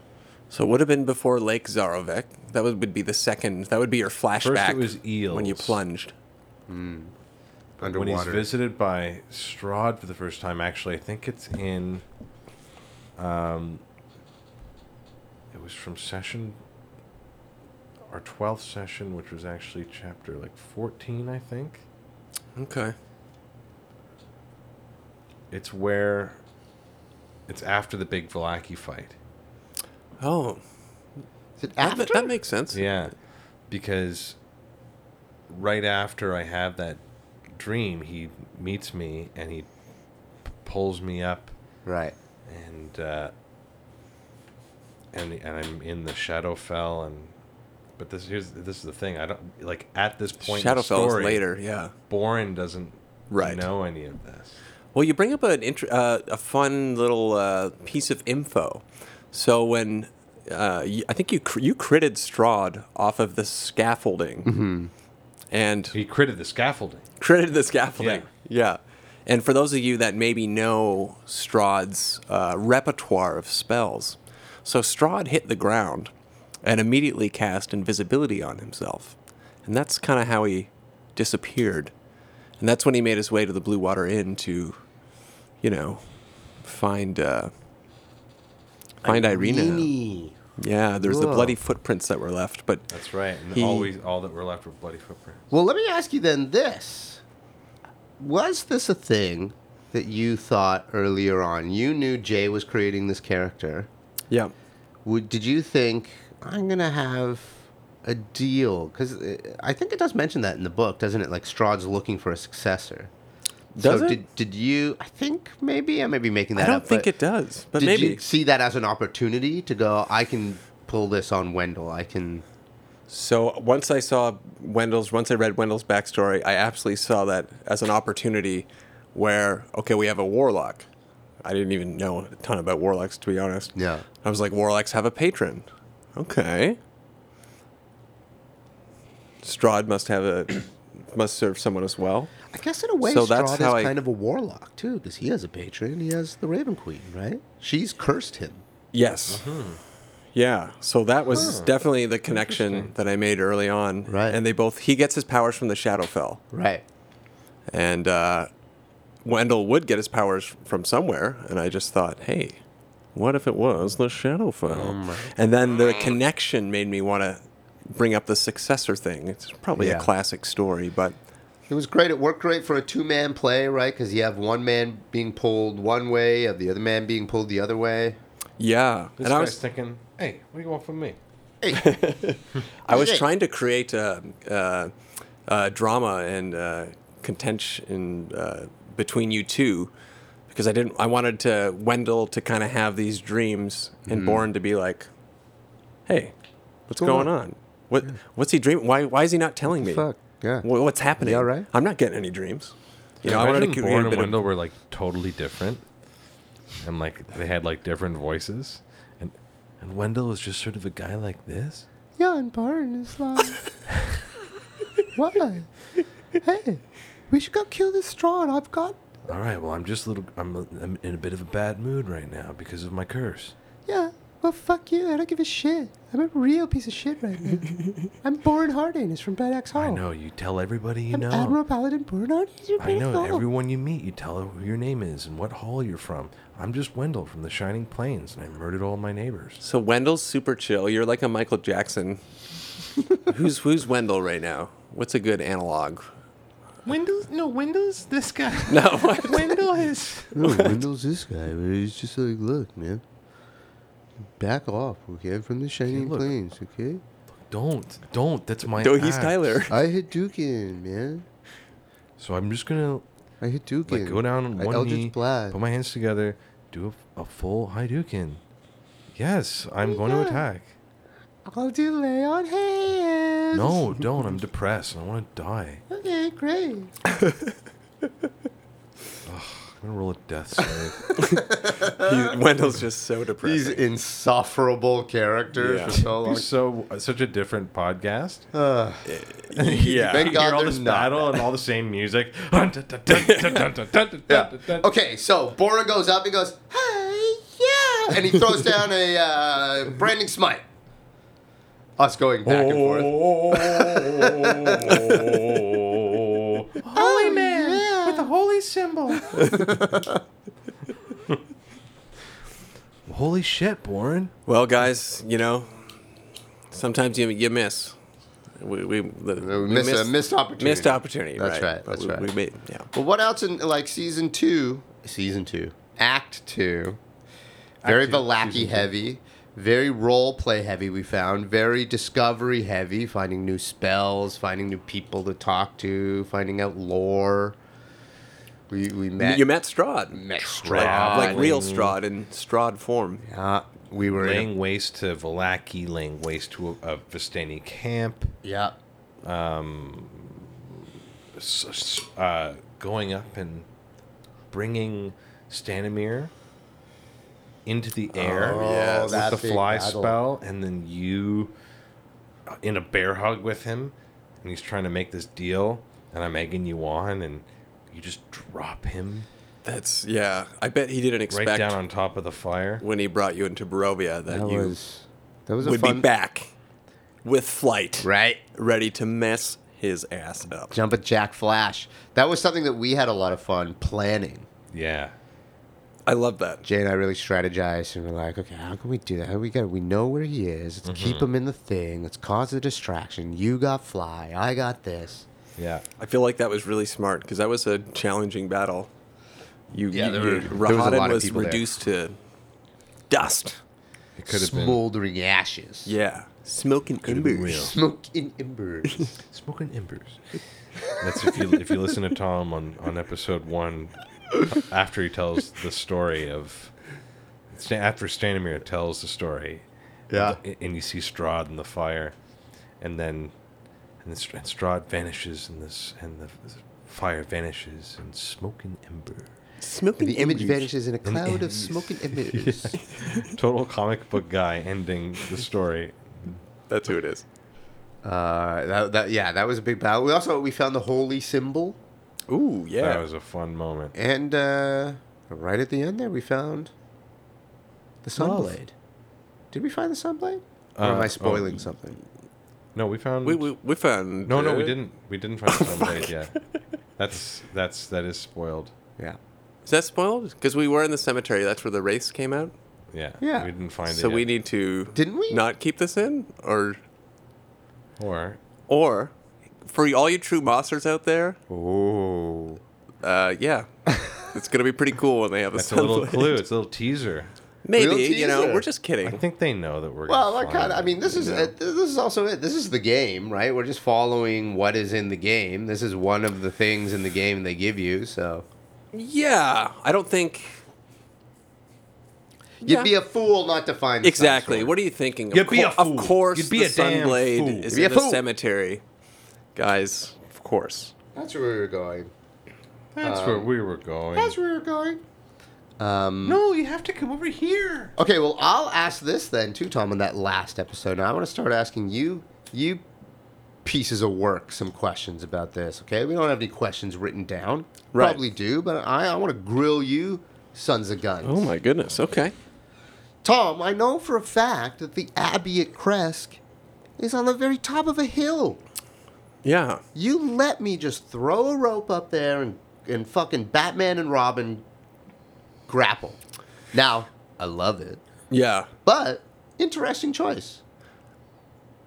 Speaker 2: So it would have been before Lake Zarovec. That would, would be the second. That would be your flashback.
Speaker 4: was
Speaker 2: when you
Speaker 4: eels.
Speaker 2: plunged.
Speaker 3: Underwater.
Speaker 4: When he's visited by Strahd for the first time, actually, I think it's in. Um, it was from session our 12th session, which was actually chapter like 14, I think.
Speaker 2: Okay.
Speaker 4: It's where it's after the big Velaki fight.
Speaker 2: Oh,
Speaker 3: Is it
Speaker 2: that, ma-
Speaker 3: after?
Speaker 2: that makes sense.
Speaker 4: Yeah, because right after I have that dream, he meets me and he p- pulls me up
Speaker 3: Right.
Speaker 4: and uh, and and I'm in the Shadowfell and but this here's this is the thing I don't like at this point in the
Speaker 2: Shadowfell
Speaker 4: story,
Speaker 2: is later. Yeah.
Speaker 4: Boren doesn't
Speaker 2: Right.
Speaker 4: know any of this.
Speaker 2: Well, you bring up an int- uh, a fun little uh, piece of info. So when uh, you, I think you cr- you critted Strahd off of the scaffolding, and
Speaker 4: He critted the scaffolding.
Speaker 2: critted the scaffolding. Yeah. And for those of you that maybe know Strahd's uh, repertoire of spells, so Strahd hit the ground and immediately cast invisibility on himself. And that's kind of how he disappeared. And that's when he made his way to the Blue Water Inn to, you know, find uh, find Irina.
Speaker 3: Eeny.
Speaker 2: Yeah, there's the
Speaker 3: Whoa.
Speaker 2: bloody footprints that were left, but
Speaker 4: That's right. And
Speaker 2: He-
Speaker 4: always all that were left were bloody footprints.
Speaker 3: Well, let me ask you then this. Was this a thing that you thought earlier on? You knew Jay was creating this character.
Speaker 2: yeah.
Speaker 3: Would, did you think, I'm going to have a deal? Because I think it does mention that in the book, doesn't it? Like Strahd's looking for a successor.
Speaker 2: Does
Speaker 3: so
Speaker 2: it?
Speaker 3: Did, did you, I think maybe, I may be making
Speaker 2: I
Speaker 3: that
Speaker 2: don't
Speaker 3: up,
Speaker 2: think
Speaker 3: but
Speaker 2: it does, but
Speaker 3: did
Speaker 2: maybe.
Speaker 3: you see that as an opportunity to go, I can pull this on Wendell. I can.
Speaker 2: So once I saw Wendell's, once I read Wendell's backstory, I absolutely saw that as an opportunity where, okay, we have a warlock. I didn't even know a ton about warlocks, to be honest.
Speaker 3: Yeah.
Speaker 2: I was like, warlocks have a patron. Okay. Strahd must have a, must serve someone as well.
Speaker 3: I guess in a way,
Speaker 2: So
Speaker 3: so
Speaker 2: that's
Speaker 3: Strahd
Speaker 2: how
Speaker 3: is
Speaker 2: I-
Speaker 3: kind of a warlock too, because he has a patron. He has the Raven Queen, right? She's cursed him.
Speaker 2: Yes.
Speaker 3: Mm-hmm.
Speaker 2: Yeah. So that was definitely the connection that I made early on.
Speaker 3: Right.
Speaker 2: And they both, he gets his powers from the Shadowfell.
Speaker 3: Right.
Speaker 2: And uh, Wendell would get his powers from somewhere. And I just thought, hey, what if it was the Shadowfell? and then the connection made me want to bring up the successor thing. It's probably
Speaker 3: Yeah.
Speaker 2: a classic story, but
Speaker 3: It was great. It worked great for a two-man play, right? Because you have one man being pulled one way, of the other man being pulled the other way.
Speaker 2: yeah.
Speaker 4: This
Speaker 2: and I
Speaker 4: guy's
Speaker 2: was
Speaker 4: thinking, hey, what do you want from me?
Speaker 2: I was
Speaker 3: Okay.
Speaker 2: trying to create a, uh uh drama and uh, contention uh, between you two because I didn't. I wanted to Wendell to kind of have these dreams
Speaker 3: Mm-hmm.
Speaker 2: and Bourne to be like, "Hey, what's going on? What what's he dreaming? Why why is he not telling me?
Speaker 3: fuck? Yeah.
Speaker 2: Wha- what's happening?
Speaker 3: all right?
Speaker 2: I'm not getting any dreams. You know,
Speaker 4: I
Speaker 2: I wanted to
Speaker 4: imagine
Speaker 2: create
Speaker 4: Bourne
Speaker 2: a
Speaker 4: and
Speaker 2: bit of
Speaker 4: Wendell were like totally different, and like they had like different voices, and and Wendell was just sort of a guy like this.
Speaker 3: Yeah, and Barn is like, why? Hey, we should go kill this Strahd. I've got.
Speaker 4: All right, well, I'm just a little, I'm, I'm in a bit of a bad mood right now because of my curse.
Speaker 3: Yeah. Well, fuck you. I don't give a shit. I'm a real piece of shit right now. I'm Born Harding. It's from Bad Axe Hall.
Speaker 4: I
Speaker 2: Oh.
Speaker 4: know you tell everybody you
Speaker 3: I'm
Speaker 4: know.
Speaker 3: Admiral Paladin Born Harding. It's from
Speaker 4: I
Speaker 3: Bad Axe
Speaker 4: know
Speaker 3: Hall.
Speaker 4: everyone you meet. You tell who your name is and what hall you're from. I'm just Wendell from the Shining Plains, and I murdered all my neighbors.
Speaker 2: So Wendell's super chill. You're like a Michael Jackson. who's who's Wendell right now? What's a good analog?
Speaker 4: Wendell's no Wendell's this guy.
Speaker 2: No.
Speaker 4: Wendell is
Speaker 3: No, Wendell's this guy, but he's just like, look, man, back off, okay, from the Shining
Speaker 4: look.
Speaker 3: Plains, okay?
Speaker 4: don't don't. That's my.
Speaker 2: No, he's
Speaker 4: axe.
Speaker 2: Tyler.
Speaker 3: I hit Dukin, man.
Speaker 4: So I'm just gonna
Speaker 3: I hit Dukin.
Speaker 4: like go down on
Speaker 3: I
Speaker 4: one
Speaker 3: Eldritch
Speaker 4: knee,
Speaker 3: Blast.
Speaker 4: put my hands together, do a, a full Hadouken. Yes, I'm going to attack.
Speaker 3: I'll do lay on hands.
Speaker 4: No, don't. I'm depressed. and I want to die.
Speaker 3: Okay, great.
Speaker 4: I'm gonna roll a death save.
Speaker 2: He- Wendell's just so depressing.
Speaker 3: These insufferable characters
Speaker 2: Yeah.
Speaker 3: for so long.
Speaker 4: He's so uh, such a different podcast.
Speaker 2: yeah.
Speaker 4: You
Speaker 3: Thank
Speaker 4: hear
Speaker 3: Oh, God
Speaker 4: all
Speaker 3: they're
Speaker 4: this
Speaker 3: not.
Speaker 4: battle and all the same music.
Speaker 3: Yeah. Oh. Okay, so Bora goes up and goes, hey, yeah, and he throws down a uh, branding smite. Us going back and forth.
Speaker 4: Holy man with the holy symbol. holy shit, Warren.
Speaker 2: Well, guys, you know, sometimes you, you miss. We, we, the,
Speaker 3: We missed, a missed opportunity.
Speaker 2: missed opportunity.
Speaker 3: That's right,
Speaker 2: But
Speaker 3: that's
Speaker 2: we,
Speaker 3: right.
Speaker 2: We made, yeah.
Speaker 3: Well, what else in like season two? Season two, act two, very Valaki heavy, very role play heavy. We found very discovery heavy, finding new spells, finding new people to talk to, finding out lore. We we met
Speaker 2: You met Strahd,
Speaker 3: met
Speaker 4: Trav.
Speaker 3: Strahd.
Speaker 2: like real Strahd in Strahd form.
Speaker 3: Uh, we were in
Speaker 4: laying waste to Valaki, laying waste to a, a Vistani camp,
Speaker 3: a, yeah
Speaker 4: s- s- uh, going up and bringing Stanimir into the air
Speaker 3: yeah,
Speaker 4: with
Speaker 3: Oh, that
Speaker 4: the
Speaker 3: big
Speaker 4: fly
Speaker 3: battle.
Speaker 4: spell, and then you uh, in a bear hug with him, and he's trying to make this deal, and I'm egging you on, and you just drop him
Speaker 2: That's yeah. I bet he didn't
Speaker 4: right
Speaker 2: expect
Speaker 4: down on top of the fire.
Speaker 2: when he brought you into Barovia that,
Speaker 3: that
Speaker 2: you
Speaker 3: was that was a
Speaker 2: would
Speaker 3: fun
Speaker 2: be back with flight,
Speaker 3: right.
Speaker 2: ready to mess his ass up.
Speaker 3: Jump at Jack Flash. That was something that we had a lot of fun planning.
Speaker 4: Yeah,
Speaker 2: I love that.
Speaker 3: Jay and I really strategized and we're like, okay, how can we do that? How do we get? We know where he is. Let's keep him in the thing. Let's cause a distraction. You got fly. I got this.
Speaker 4: yeah.
Speaker 2: I feel like that was really smart because that was a challenging battle. You,
Speaker 3: Yeah,
Speaker 2: you-
Speaker 3: there were-
Speaker 2: you-
Speaker 3: there was a
Speaker 2: Rahadin
Speaker 3: lot of
Speaker 2: was
Speaker 3: people there.
Speaker 2: reduced to dust.
Speaker 4: It could have been
Speaker 3: Smoldering ashes.
Speaker 2: Yeah, smoke and
Speaker 4: have been
Speaker 2: embers.
Speaker 4: real.
Speaker 3: Smoke in embers.
Speaker 4: smoking embers. That's if you if you listen to Tom on on episode one, after he tells the story of, Stan- after Stanimir tells the story,
Speaker 3: yeah.
Speaker 4: a- and you see Strahd in the fire, and then, and, the, Str- and Strahd vanishes, and this and the fire vanishes, and smoke and ember.
Speaker 2: Smoke
Speaker 3: The
Speaker 2: and
Speaker 3: image
Speaker 2: embers.
Speaker 3: vanishes in a cloud of smoke and embers.
Speaker 4: Total comic book guy ending the story.
Speaker 2: That's who it is.
Speaker 3: uh, that, that, yeah, that was a big battle. We also we found the holy symbol,
Speaker 2: Ooh, yeah.
Speaker 4: That was a fun moment.
Speaker 3: and uh, right at the end there we found the sunblade. Did we find the sunblade? Or am
Speaker 4: Uh,
Speaker 3: I
Speaker 4: oh.
Speaker 3: spoiling something?
Speaker 4: No, we found
Speaker 2: we, we, we found.
Speaker 4: No, no, we
Speaker 2: uh,
Speaker 4: didn't. We didn't find the sunblade yet. That's that's that is spoiled.
Speaker 3: Yeah.
Speaker 2: Is that spoiled? Because we were in the cemetery. That's where the race came out.
Speaker 4: Yeah.
Speaker 3: Yeah.
Speaker 4: We didn't find
Speaker 2: So
Speaker 4: it.
Speaker 2: we
Speaker 4: yet.
Speaker 2: need to.
Speaker 3: Didn't we?
Speaker 2: Not keep this in, or
Speaker 4: Or
Speaker 2: or for all you true monsters out there,
Speaker 3: Oh.
Speaker 2: uh, yeah, it's gonna be pretty cool when they have a
Speaker 4: that's a little
Speaker 2: sunblade.
Speaker 4: clue. It's a little teaser.
Speaker 2: Maybe
Speaker 3: Real
Speaker 2: you know
Speaker 3: teaser.
Speaker 2: we're just kidding.
Speaker 4: I think they know that we're.
Speaker 3: Well, I
Speaker 4: gonna
Speaker 3: kind
Speaker 4: find
Speaker 3: of. Oh, I
Speaker 4: it.
Speaker 3: mean, this is uh, this is also it. This is the game, right? We're just following what is in the game. This is one of the things in the game they give you. So
Speaker 2: yeah, I don't think
Speaker 3: you'd
Speaker 2: Yeah.
Speaker 3: be a fool not to find the
Speaker 2: exactly.
Speaker 3: Sun Sword.
Speaker 2: What are you thinking? Of
Speaker 4: You'd be a fool.
Speaker 2: Of course,
Speaker 4: You'd be
Speaker 2: the
Speaker 4: a damn
Speaker 2: sunblade
Speaker 4: fool.
Speaker 2: is
Speaker 3: You'd be
Speaker 2: in
Speaker 3: a
Speaker 2: the
Speaker 3: fool.
Speaker 2: cemetery, guys. Of course.
Speaker 3: That's where we were going.
Speaker 4: that's where
Speaker 2: um,
Speaker 4: we were going.
Speaker 3: That's where we were going.
Speaker 4: no, you have to come over here.
Speaker 3: Okay, well, I'll ask this then too, Tom, on that last episode. Now I want to start asking you, you pieces of work, some questions about this. Okay, we don't have any questions written down.
Speaker 2: Right.
Speaker 3: Probably do, but I, I want to grill you, sons of guns.
Speaker 2: Oh my goodness. Okay.
Speaker 3: Tom, I know for a fact that the Abbey at Kresk is on the very top of a hill.
Speaker 2: Yeah.
Speaker 3: You let me just throw a rope up there and, and fucking Batman and Robin grapple. Now, I love it,
Speaker 2: Yeah.
Speaker 3: but interesting choice.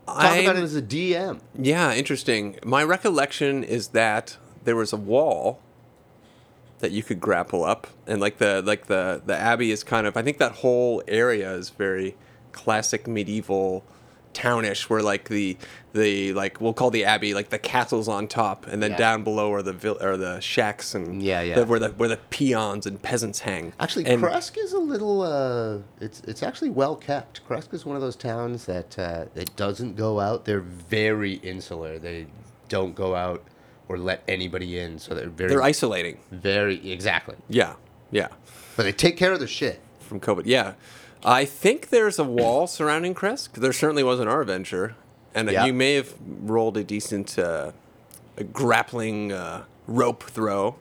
Speaker 3: Talk about it as a DM.
Speaker 2: Yeah, interesting. My recollection is that there was a wall that you could grapple up, and like the like the the abbey is kind of. I think that whole area is very classic medieval townish, where like the the like we'll call the abbey like the castles on top, and then
Speaker 3: Yeah.
Speaker 2: down below are the vil- are the shacks and
Speaker 3: Yeah, yeah.
Speaker 2: the- where the where the peons and peasants hang.
Speaker 3: Actually,
Speaker 2: and,
Speaker 3: Kresk is a little. Uh, it's it's actually well kept. Kresk is one of those towns that uh, that doesn't go out. They're very insular. They don't go out or let anybody in. So they're very
Speaker 2: they're isolating.
Speaker 3: very exactly.
Speaker 2: Yeah, yeah.
Speaker 3: But they take care of their shit.
Speaker 2: from COVID. Yeah, I think there's a wall surrounding Kresk. There certainly was in our venture, and
Speaker 3: Yeah.
Speaker 2: you may have rolled a decent uh, a grappling uh, rope throw.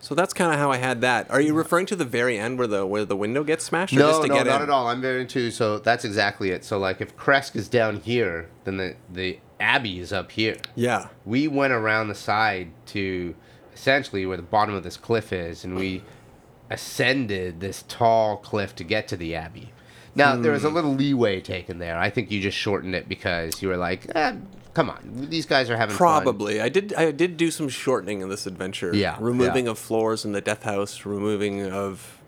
Speaker 2: So that's kind of how I had that. Are you referring to the very end where the where the window gets smashed? Or
Speaker 3: No,
Speaker 2: just
Speaker 3: no,
Speaker 2: to
Speaker 3: not
Speaker 2: get in?
Speaker 3: at all. I'm very into. So that's exactly it. So like, if Kresk is down here, then the the abbey is up here.
Speaker 2: Yeah,
Speaker 3: we went around the side to essentially where the bottom of this cliff is, and we ascended this tall cliff to get to the
Speaker 2: Hmm.
Speaker 3: abbey. Now there was a little leeway taken there. I think you just shortened it because you were like, eh, Come on, these guys are having fun.
Speaker 2: Probably. I did. I did do some shortening in this adventure.
Speaker 6: Yeah,
Speaker 2: Removing
Speaker 6: yeah.
Speaker 2: of floors in the death house. Removing of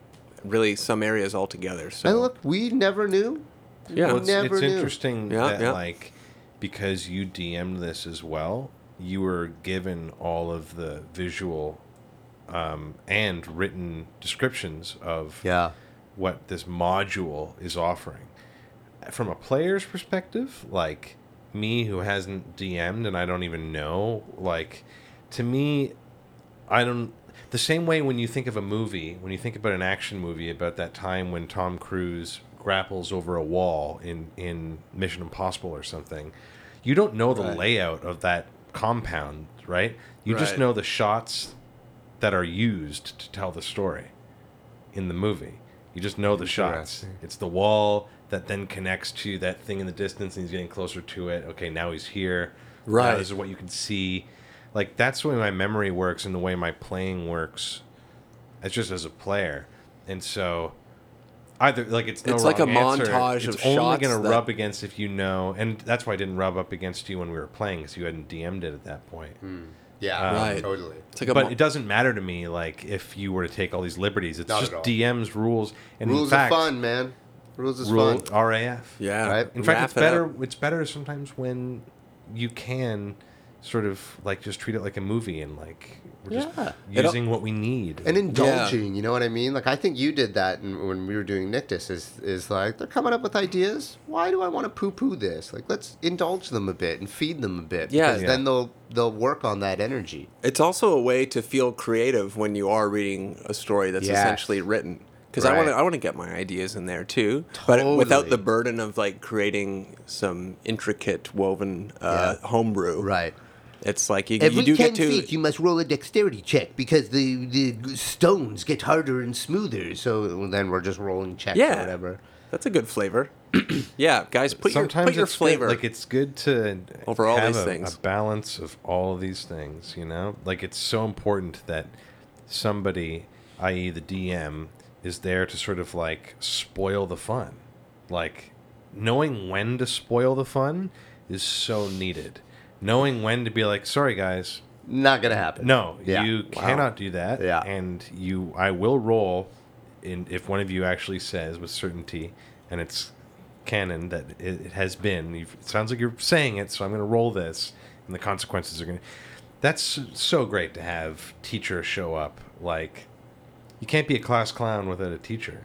Speaker 2: really some areas altogether. So
Speaker 3: And look, we never knew.
Speaker 2: yeah,
Speaker 3: Well,
Speaker 4: it's,
Speaker 3: it's- Never
Speaker 4: it's
Speaker 3: knew.
Speaker 4: interesting
Speaker 2: Yeah,
Speaker 4: that
Speaker 2: yeah.
Speaker 4: like because you DM'd this as well, you were given all of the visual um, and written descriptions of
Speaker 6: Yeah.
Speaker 4: what this module is offering. From a player's perspective, like me who hasn't DM'd and I don't even know, like to me, I don't. The same way when you think of a movie, when you think about an action movie about that time when Tom Cruise grapples over a wall in, in Mission Impossible or something, you don't know the
Speaker 2: Right.
Speaker 4: layout of that compound, right? You just
Speaker 2: Right.
Speaker 4: know the shots that are used to tell the story in the movie. You just know the shots. It's the wall that then connects to that thing in the distance, and he's getting closer to it. Okay, now he's here. Now
Speaker 2: Right.
Speaker 4: this is what you can see. Like that's the way my memory works and the way my playing works. It's just as a player, and so either like it's no
Speaker 2: It's like a
Speaker 4: wrong answer.
Speaker 2: montage
Speaker 4: It's
Speaker 2: of
Speaker 4: only
Speaker 2: shots
Speaker 4: gonna
Speaker 2: that-
Speaker 4: rub against if you know, and that's why I didn't rub up against you when we were playing because you hadn't DM'd it at that point.
Speaker 3: Yeah,
Speaker 2: Right.
Speaker 3: totally.
Speaker 2: It's like a
Speaker 4: but
Speaker 2: mo-
Speaker 4: it doesn't matter to me like if you were to take all these liberties. It's
Speaker 3: Not
Speaker 4: just
Speaker 3: at all.
Speaker 4: DM's rules and in
Speaker 3: Rules
Speaker 4: fact,
Speaker 3: are fun, man. Rules is
Speaker 4: Rule
Speaker 3: fun.
Speaker 4: RAF.
Speaker 2: yeah.
Speaker 3: Right.
Speaker 4: In fact,
Speaker 2: Wrap
Speaker 4: it's
Speaker 2: it up.
Speaker 4: better. It's better sometimes when you can sort of like just treat it like a movie and like we're
Speaker 6: Yeah.
Speaker 4: just
Speaker 2: It al-
Speaker 4: using what we need.
Speaker 3: and indulging. You know what I mean? Like I think you did that in, when we were doing Nictus. Is is like they're coming up with ideas. Why do I want to poo poo this? Like let's indulge them a bit and feed them a bit.
Speaker 2: Yeah.
Speaker 3: because then they'll they'll work on that energy.
Speaker 2: It's also a way to feel creative when you are reading a story that's
Speaker 3: Yes.
Speaker 2: essentially written. Because I
Speaker 3: Right.
Speaker 2: want to, I want to get my ideas in there too, but without
Speaker 3: Totally.
Speaker 2: the burden of like creating some intricate woven uh, homebrew. It's like you,
Speaker 3: Every
Speaker 2: you do
Speaker 3: ten
Speaker 2: get to.
Speaker 3: feet, you must roll a dexterity check because the the stones get harder and smoother. So then we're just rolling checks
Speaker 2: yeah,
Speaker 3: or whatever.
Speaker 2: That's a good flavor. yeah, guys, put your
Speaker 4: sometimes
Speaker 2: put your
Speaker 4: it's good-
Speaker 2: flavor.
Speaker 4: like it's good to
Speaker 2: Over all
Speaker 4: have
Speaker 2: these
Speaker 4: a,
Speaker 2: things.
Speaker 4: a balance of all of these things. You know, like it's so important that somebody, i.e., the DM, is there to sort of like spoil the fun. Like knowing when to spoil the fun is so needed. Knowing when to be like, sorry guys,
Speaker 3: Not gonna happen.
Speaker 4: no,
Speaker 3: Yeah.
Speaker 4: you cannot do that.
Speaker 3: Yeah.
Speaker 4: And you I will roll in if one of you actually says with certainty and it's canon that it, it has been. You've, it sounds like you're saying it, so I'm going to roll this and the consequences are going to That's so great to have teacher show up like you can't be a class clown without a teacher.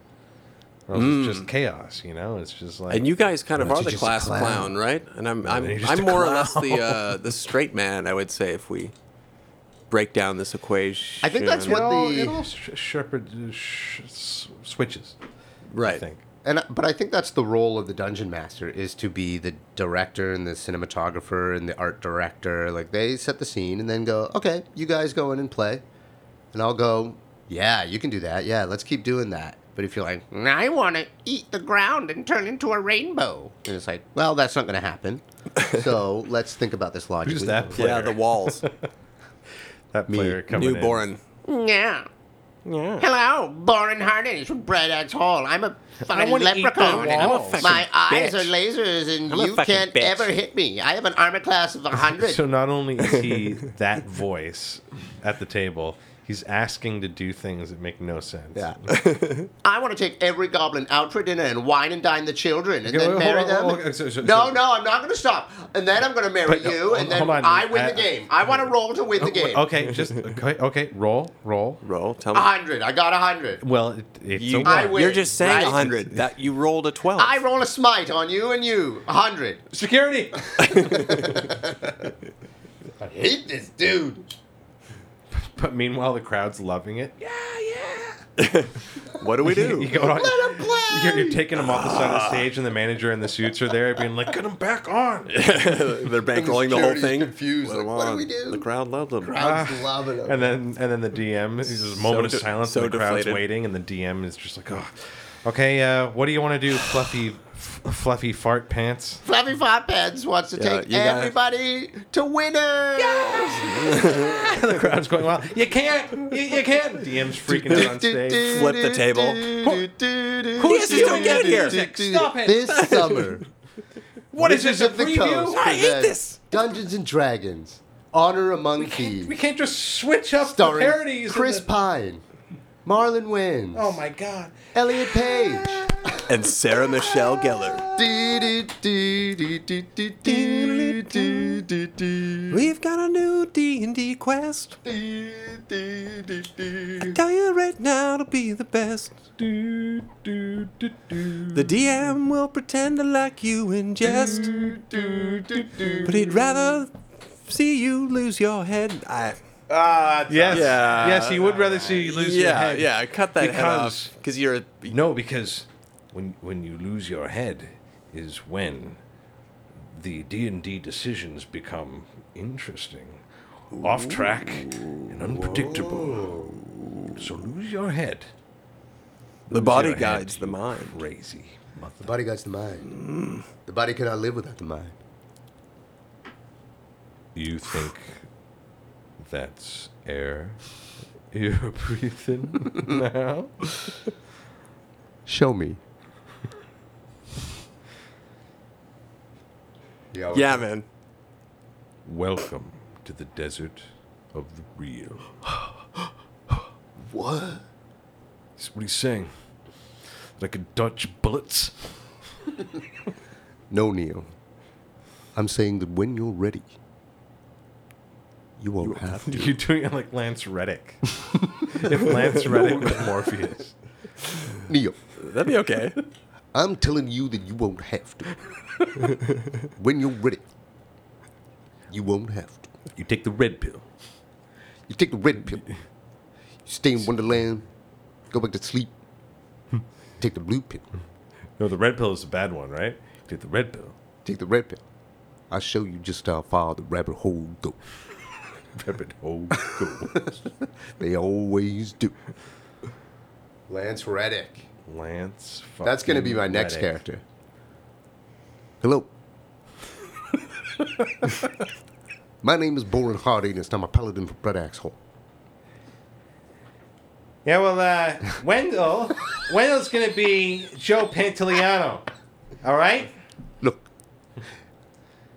Speaker 4: Or else it's just chaos, you know? It's just like
Speaker 2: Mm. and you guys kind of
Speaker 3: Why
Speaker 2: are
Speaker 3: don't
Speaker 2: the
Speaker 3: you just
Speaker 2: class
Speaker 3: clown?
Speaker 2: clown. right? And I'm
Speaker 4: you're
Speaker 2: I'm,
Speaker 4: just
Speaker 2: I'm
Speaker 4: a
Speaker 2: more or less the uh, the straight man. I would say if we break down this equation.
Speaker 3: I think that's
Speaker 4: it
Speaker 3: what
Speaker 4: all,
Speaker 3: the-
Speaker 4: it all sh- shepherd sh- s- switches,
Speaker 2: right.
Speaker 4: I think.
Speaker 3: And but I think that's the role of the dungeon master is to be the director and the cinematographer and the art director. Like they set the scene and then go, okay, you guys go in and play, and I'll go, yeah, you can do that. Yeah, let's keep doing that. But if you're like, I want to eat the ground and turn into a rainbow, and it's like, well, that's not going to happen. so let's think about this logically.
Speaker 4: Who's that player?
Speaker 2: Yeah, the walls.
Speaker 4: that player coming in.
Speaker 2: Newborn.
Speaker 7: Yeah. Hello, Boren Hardage from Bright Axe Hall. I'm a fucking
Speaker 4: wanna eat
Speaker 7: leprechaun.
Speaker 4: the
Speaker 7: and
Speaker 4: wall. I'm a
Speaker 7: my eyes
Speaker 2: bitch.
Speaker 7: are lasers, and
Speaker 2: I'm a
Speaker 7: you
Speaker 2: fucking
Speaker 7: can't
Speaker 2: bitch.
Speaker 7: ever hit me. I have an armor class of 100.
Speaker 4: So not only is he that voice at the table, he's asking to do things that make no sense. Yeah.
Speaker 7: I want to take every goblin out for dinner and wine and dine the children and
Speaker 4: Okay,
Speaker 7: then
Speaker 4: wait,
Speaker 7: marry
Speaker 4: hold on,
Speaker 7: them.
Speaker 4: hold on, so- so-
Speaker 7: no,
Speaker 4: so-
Speaker 7: no, I'm not going to stop. And then I'm going to marry
Speaker 4: But, uh,
Speaker 7: you,
Speaker 4: hold-
Speaker 7: and then
Speaker 4: hold on. uh,
Speaker 7: I win
Speaker 4: I-
Speaker 7: the game. I want to roll to win the game.
Speaker 4: Okay, just okay, okay, roll, roll.
Speaker 2: Roll. Tell me.
Speaker 7: 100. I got 100.
Speaker 4: Well, it, it's a
Speaker 2: you,
Speaker 4: one.
Speaker 7: I win,
Speaker 2: you're just saying
Speaker 7: right?
Speaker 2: a 100. That you rolled a 12.
Speaker 7: I roll a smite on you and you. 100.
Speaker 4: security.
Speaker 7: Hate this dude.
Speaker 4: But meanwhile, the crowd's loving it. Yeah,
Speaker 2: What do we
Speaker 4: you
Speaker 2: do?
Speaker 4: go on. Let him Ah. play. You're, you're taking them off the side of the stage, and the manager and the suits are there, being like, "Get him back on."
Speaker 2: They're bankrolling the whole
Speaker 3: security's
Speaker 2: thing.
Speaker 3: confused,
Speaker 2: Let 'em
Speaker 3: like, what do
Speaker 2: on.
Speaker 3: we do?
Speaker 2: The crowd loved them.
Speaker 3: I was loving it.
Speaker 4: And then and then the DM is just a moment
Speaker 2: de-
Speaker 4: of silence.
Speaker 2: so
Speaker 4: and the crowd's
Speaker 2: deflated.
Speaker 4: waiting, and the DM is just like, "Oh, okay, uh, what do you want to do, fluffy, f- fluffy fart pants?"
Speaker 7: Flappy Fart Pants wants to
Speaker 2: Yeah,
Speaker 7: take
Speaker 2: you gotta-
Speaker 7: everybody to winners.
Speaker 4: the crowd's going wild. You can't. You, you can't. DM's freaking out on stage.
Speaker 2: Flip the table.
Speaker 3: Who's
Speaker 2: is doing that here?
Speaker 4: Stop it.
Speaker 3: This summer.
Speaker 4: What is this?
Speaker 3: Wizards
Speaker 4: A
Speaker 3: of the
Speaker 4: preview?
Speaker 3: Coast presents- Dungeons and Dragons, Honor Among
Speaker 1: We
Speaker 3: Thieves,
Speaker 1: can't just switch up the
Speaker 3: starring
Speaker 1: parodies.
Speaker 3: Chris
Speaker 1: and the-
Speaker 3: Pine, Marlon Wayans,
Speaker 1: oh my god.
Speaker 3: Elliot Page.
Speaker 2: And Sarah Michelle Gellar. We've got a new D and D quest. Tell you right now to be the best. The DM will pretend to like you in jest, but he'd rather see you lose your head. I,
Speaker 4: Yes.
Speaker 2: Yeah.
Speaker 4: Yes, he would rather see you lose your
Speaker 2: yeah,
Speaker 4: head.
Speaker 2: yeah, cut that head
Speaker 4: Because-
Speaker 2: off because you're a
Speaker 4: No, because when when you lose your head is when the D and D decisions become interesting, off track, and unpredictable. So lose your head.
Speaker 2: the
Speaker 4: Lose
Speaker 2: body
Speaker 4: your head,
Speaker 2: guides the
Speaker 4: you
Speaker 2: mind.
Speaker 4: Crazy.
Speaker 3: The body guides the mind. The body cannot live without the mind.
Speaker 4: You think that's air you're breathing now?
Speaker 3: Show me.
Speaker 2: Yeah, man.
Speaker 4: Welcome to the desert of the real. what? That's what he's saying. Like a Dutch bullets.
Speaker 3: No, Neil. I'm saying that when you're ready, you won't have to.
Speaker 4: You're doing it like Lance Reddick. if Lance Reddick was Morpheus.
Speaker 3: Neil,
Speaker 2: That'd be okay.
Speaker 3: I'm telling you that you won't have to. when you're ready, you won't have to.
Speaker 4: You take the red pill.
Speaker 3: You take the red pill. You stay in Wonderland. Go back to sleep. Take the blue pill.
Speaker 4: No, the red pill is the bad one, right? You take the red pill.
Speaker 3: Take the red pill. I'll show you just how far the rabbit hole goes.
Speaker 4: Rabbit hole goes.
Speaker 3: They always do. Lance Reddick.
Speaker 4: Lance.
Speaker 3: That's going to be my
Speaker 4: fucking
Speaker 3: next
Speaker 4: Reddick.
Speaker 3: character. Hello. my name is Boren Hardy, and it's not my paladin for Bread Axe Hole.
Speaker 1: Yeah, well, uh, Wendell, Wendell's gonna be Joe Pantoliano. All right.
Speaker 3: Look,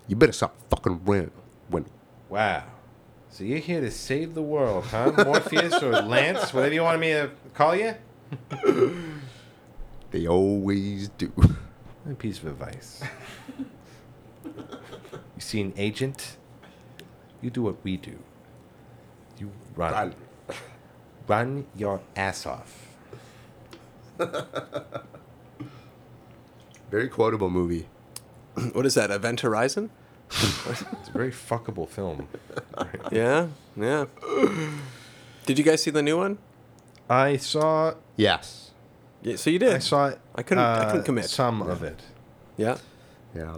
Speaker 3: you better stop fucking around, Wendell.
Speaker 1: Wow. So you're here to save the world, huh? Morpheus or Lance, whatever you want me to call you.
Speaker 3: They always do.
Speaker 4: A piece of advice. you see an agent, you do what we do. You run. Run, your ass off.
Speaker 3: Very quotable movie.
Speaker 2: What is that? Event Horizon?
Speaker 4: It's a very fuckable film.
Speaker 2: Yeah, yeah. Did you guys see the new one?
Speaker 4: I saw
Speaker 3: Yes.
Speaker 2: Yeah, so you did.
Speaker 4: I saw it.
Speaker 2: I couldn't- I couldn't
Speaker 4: uh,
Speaker 2: commit.
Speaker 4: some of it.
Speaker 2: Yeah.
Speaker 3: Yeah.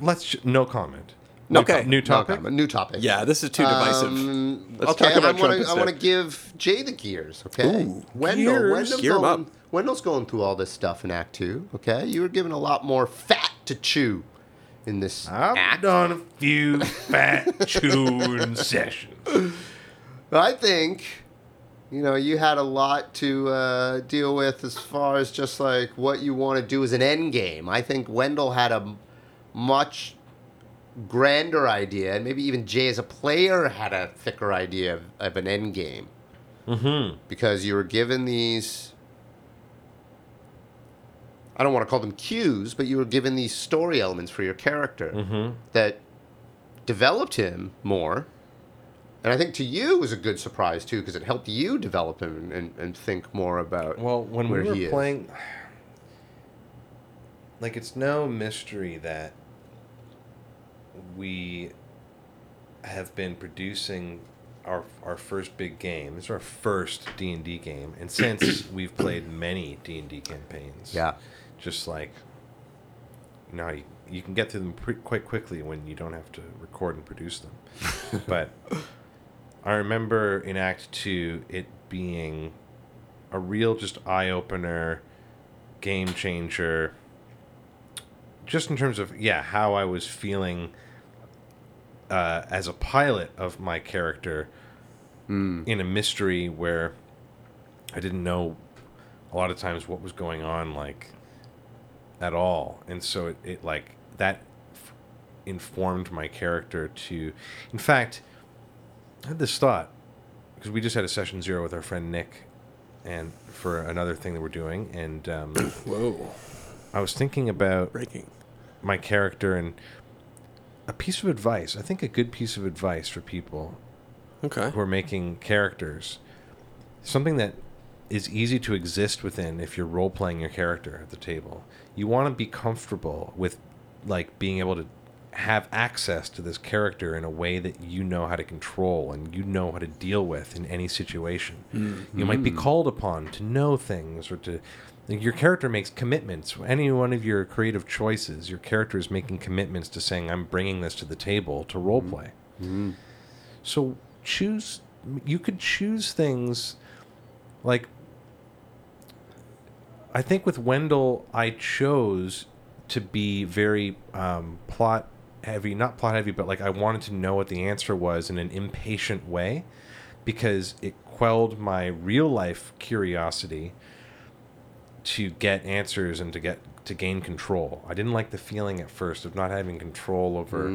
Speaker 4: Let's sh- no comment.
Speaker 2: No
Speaker 4: New to-
Speaker 2: comment.
Speaker 4: New
Speaker 2: No
Speaker 4: topic.
Speaker 3: No, new topic.
Speaker 2: Yeah, this is too divisive.
Speaker 3: Um,
Speaker 2: Let's
Speaker 3: okay,
Speaker 2: talk about
Speaker 3: I
Speaker 2: Trump
Speaker 3: wanna, I
Speaker 2: instead.
Speaker 3: want to give Jay the gears. Okay,
Speaker 2: Ooh,
Speaker 3: Wendell.
Speaker 2: gears.
Speaker 3: Wendell's,
Speaker 2: Gear 'em
Speaker 3: going,
Speaker 2: up.
Speaker 3: Wendell's going through all this stuff in Act Two. Okay, you were given a lot more fat to chew in this.
Speaker 4: I've done a few fat tune sessions.
Speaker 3: I think, you know, you had a lot to uh, deal with as far as just like what you want to do as an end game. I think Wendell had a m- much grander idea, and maybe even Jay as a player had a thicker idea of, of an end game. Mm-hmm. Because you were given these. I don't want to call them cues, but you were given these story elements for your character that developed him more and I think to you was a good surprise too, because it helped you develop him and, and, and think more about
Speaker 4: Well, when
Speaker 3: where
Speaker 4: we were
Speaker 3: he is.
Speaker 4: playing, like it's no mystery that we have been producing our our first big game. It's our first D and D game, and since we've played many D and D campaigns,
Speaker 3: Yeah.
Speaker 4: just like you know, how you, you can get through them pre- quite quickly when you don't have to record and produce them, but. I remember in Act Two it being a real just eye opener, game changer. Just in terms of yeah, how I was feeling uh, as a pilot of my character in a mystery where I didn't know a lot of times what was going on like at all, and so it, it like that f- informed my character to. In fact, I had this thought because we just had a session zero with our friend Nick, and for another thing that we're doing, and um,
Speaker 2: Whoa.
Speaker 4: I was thinking about
Speaker 2: Breaking.
Speaker 4: my character and a piece of advice. I think a good piece of advice for people
Speaker 2: Okay.
Speaker 4: who are making characters, something that is easy to exist within if you're role playing your character at the table. You want to be comfortable with like being able to have access to this character in a way that you know how to control and you know how to deal with in any situation. You might be called upon to know things or to your character makes commitments. Any one of your creative choices, your character is making commitments to saying I'm bringing this to the table to role play. So choose. You could choose things like. I think with Wendell, I chose to be very um, plot heavy, not plot heavy, but like I wanted to know what the answer was in an impatient way because it quelled my real life curiosity to get answers and to get to gain control. I didn't like the feeling at first of not having control over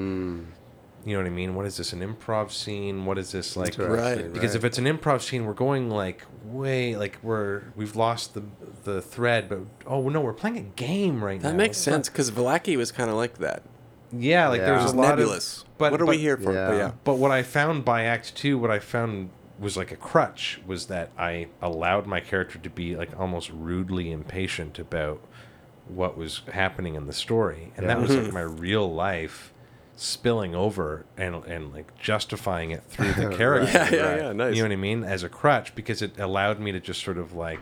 Speaker 4: you know what I mean? What is this an improv scene? What is this like
Speaker 2: Right.
Speaker 4: because if it's an improv scene, we're going like way like we're we've lost the the thread, but oh no, we're playing a game right now.
Speaker 2: That makes
Speaker 4: It's
Speaker 2: sense because Vlacky was kind of like that.
Speaker 4: not- Yeah, like
Speaker 3: Yeah.
Speaker 4: there's
Speaker 3: It was
Speaker 4: a
Speaker 2: It's
Speaker 4: lot
Speaker 2: nebulous.
Speaker 4: of but
Speaker 2: what are we
Speaker 4: but-
Speaker 2: here for?
Speaker 3: Yeah.
Speaker 2: But yeah.
Speaker 4: Uh, But what I found by Act Two, what I found was like a crutch was that I allowed my character to be like almost rudely impatient about what was happening in the story, and that was like my real life spilling over and and like justifying it through the character.
Speaker 2: Yeah, yeah, yeah, nice.
Speaker 4: You know what I mean? As a crutch because it allowed me to just sort of like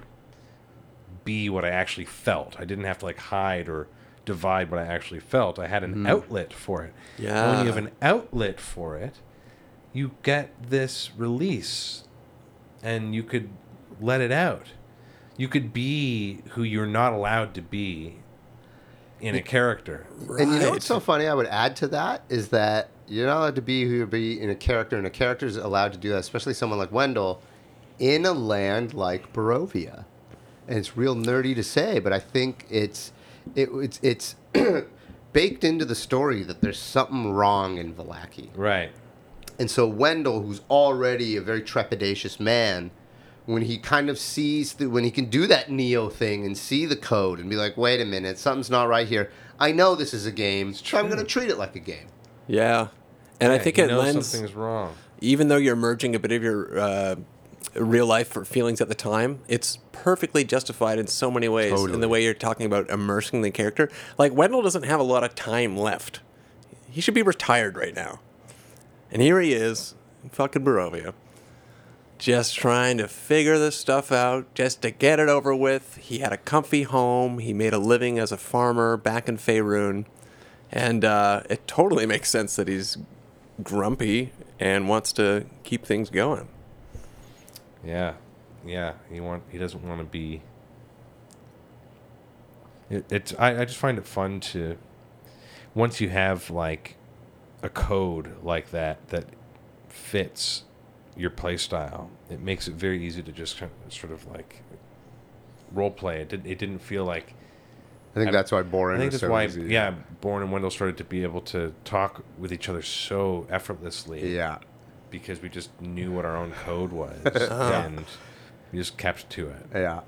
Speaker 4: be what I actually felt. I didn't have to like hide or divide what I actually felt. I had an outlet for it. And When you have
Speaker 2: Mm-hmm.
Speaker 4: an
Speaker 2: Yeah.
Speaker 4: outlet for it, you get this release and you could let it out. You could be who you're not allowed to be in a character.
Speaker 3: And you know what's so funny? I would add to that is that you're not allowed to be who you be in a character, and a character is allowed to do that, especially someone like Wendell, in a land like Barovia. And it's real nerdy to say, but I think it's it, it's it's baked into the story that there's something wrong in Valaki.
Speaker 4: Right.
Speaker 3: And so Wendell, who's already a very trepidatious man, when he kind of sees the, when he can do that Neo thing and see the code and be like, wait a minute, something's not right here. I know this is a game, so I'm going to treat it like a game.
Speaker 2: Yeah. And I think
Speaker 4: you
Speaker 2: it
Speaker 4: know
Speaker 2: lends,
Speaker 4: something's wrong.
Speaker 2: even though you're merging a bit of your uh, real life for feelings at the time, it's perfectly justified in so many ways in the way you're talking about immersing the character. Like, Wendell doesn't have a lot of time left. He should be retired right now. And here he is in fucking Barovia. Just trying to figure this stuff out, just to get it over with. He had a comfy home. He made a living as a farmer back in Faerun. And uh, it totally makes sense that he's grumpy and wants to keep things going.
Speaker 4: Yeah, yeah. He want he doesn't want to be. It, it's I, I just find it fun to, once you have like, a code like that that fits your play style, it makes it very easy to just kind of, sort of like role play. It did, it didn't feel like
Speaker 3: I think that's why
Speaker 4: I
Speaker 3: Boren
Speaker 4: think
Speaker 3: is
Speaker 4: that's
Speaker 3: so
Speaker 4: why
Speaker 3: easy.
Speaker 4: yeah, Bourne and Wendell started to be able to talk with each other so effortlessly
Speaker 3: Yeah.
Speaker 4: because we just knew what our own code was and we just kept to it.
Speaker 3: Yeah.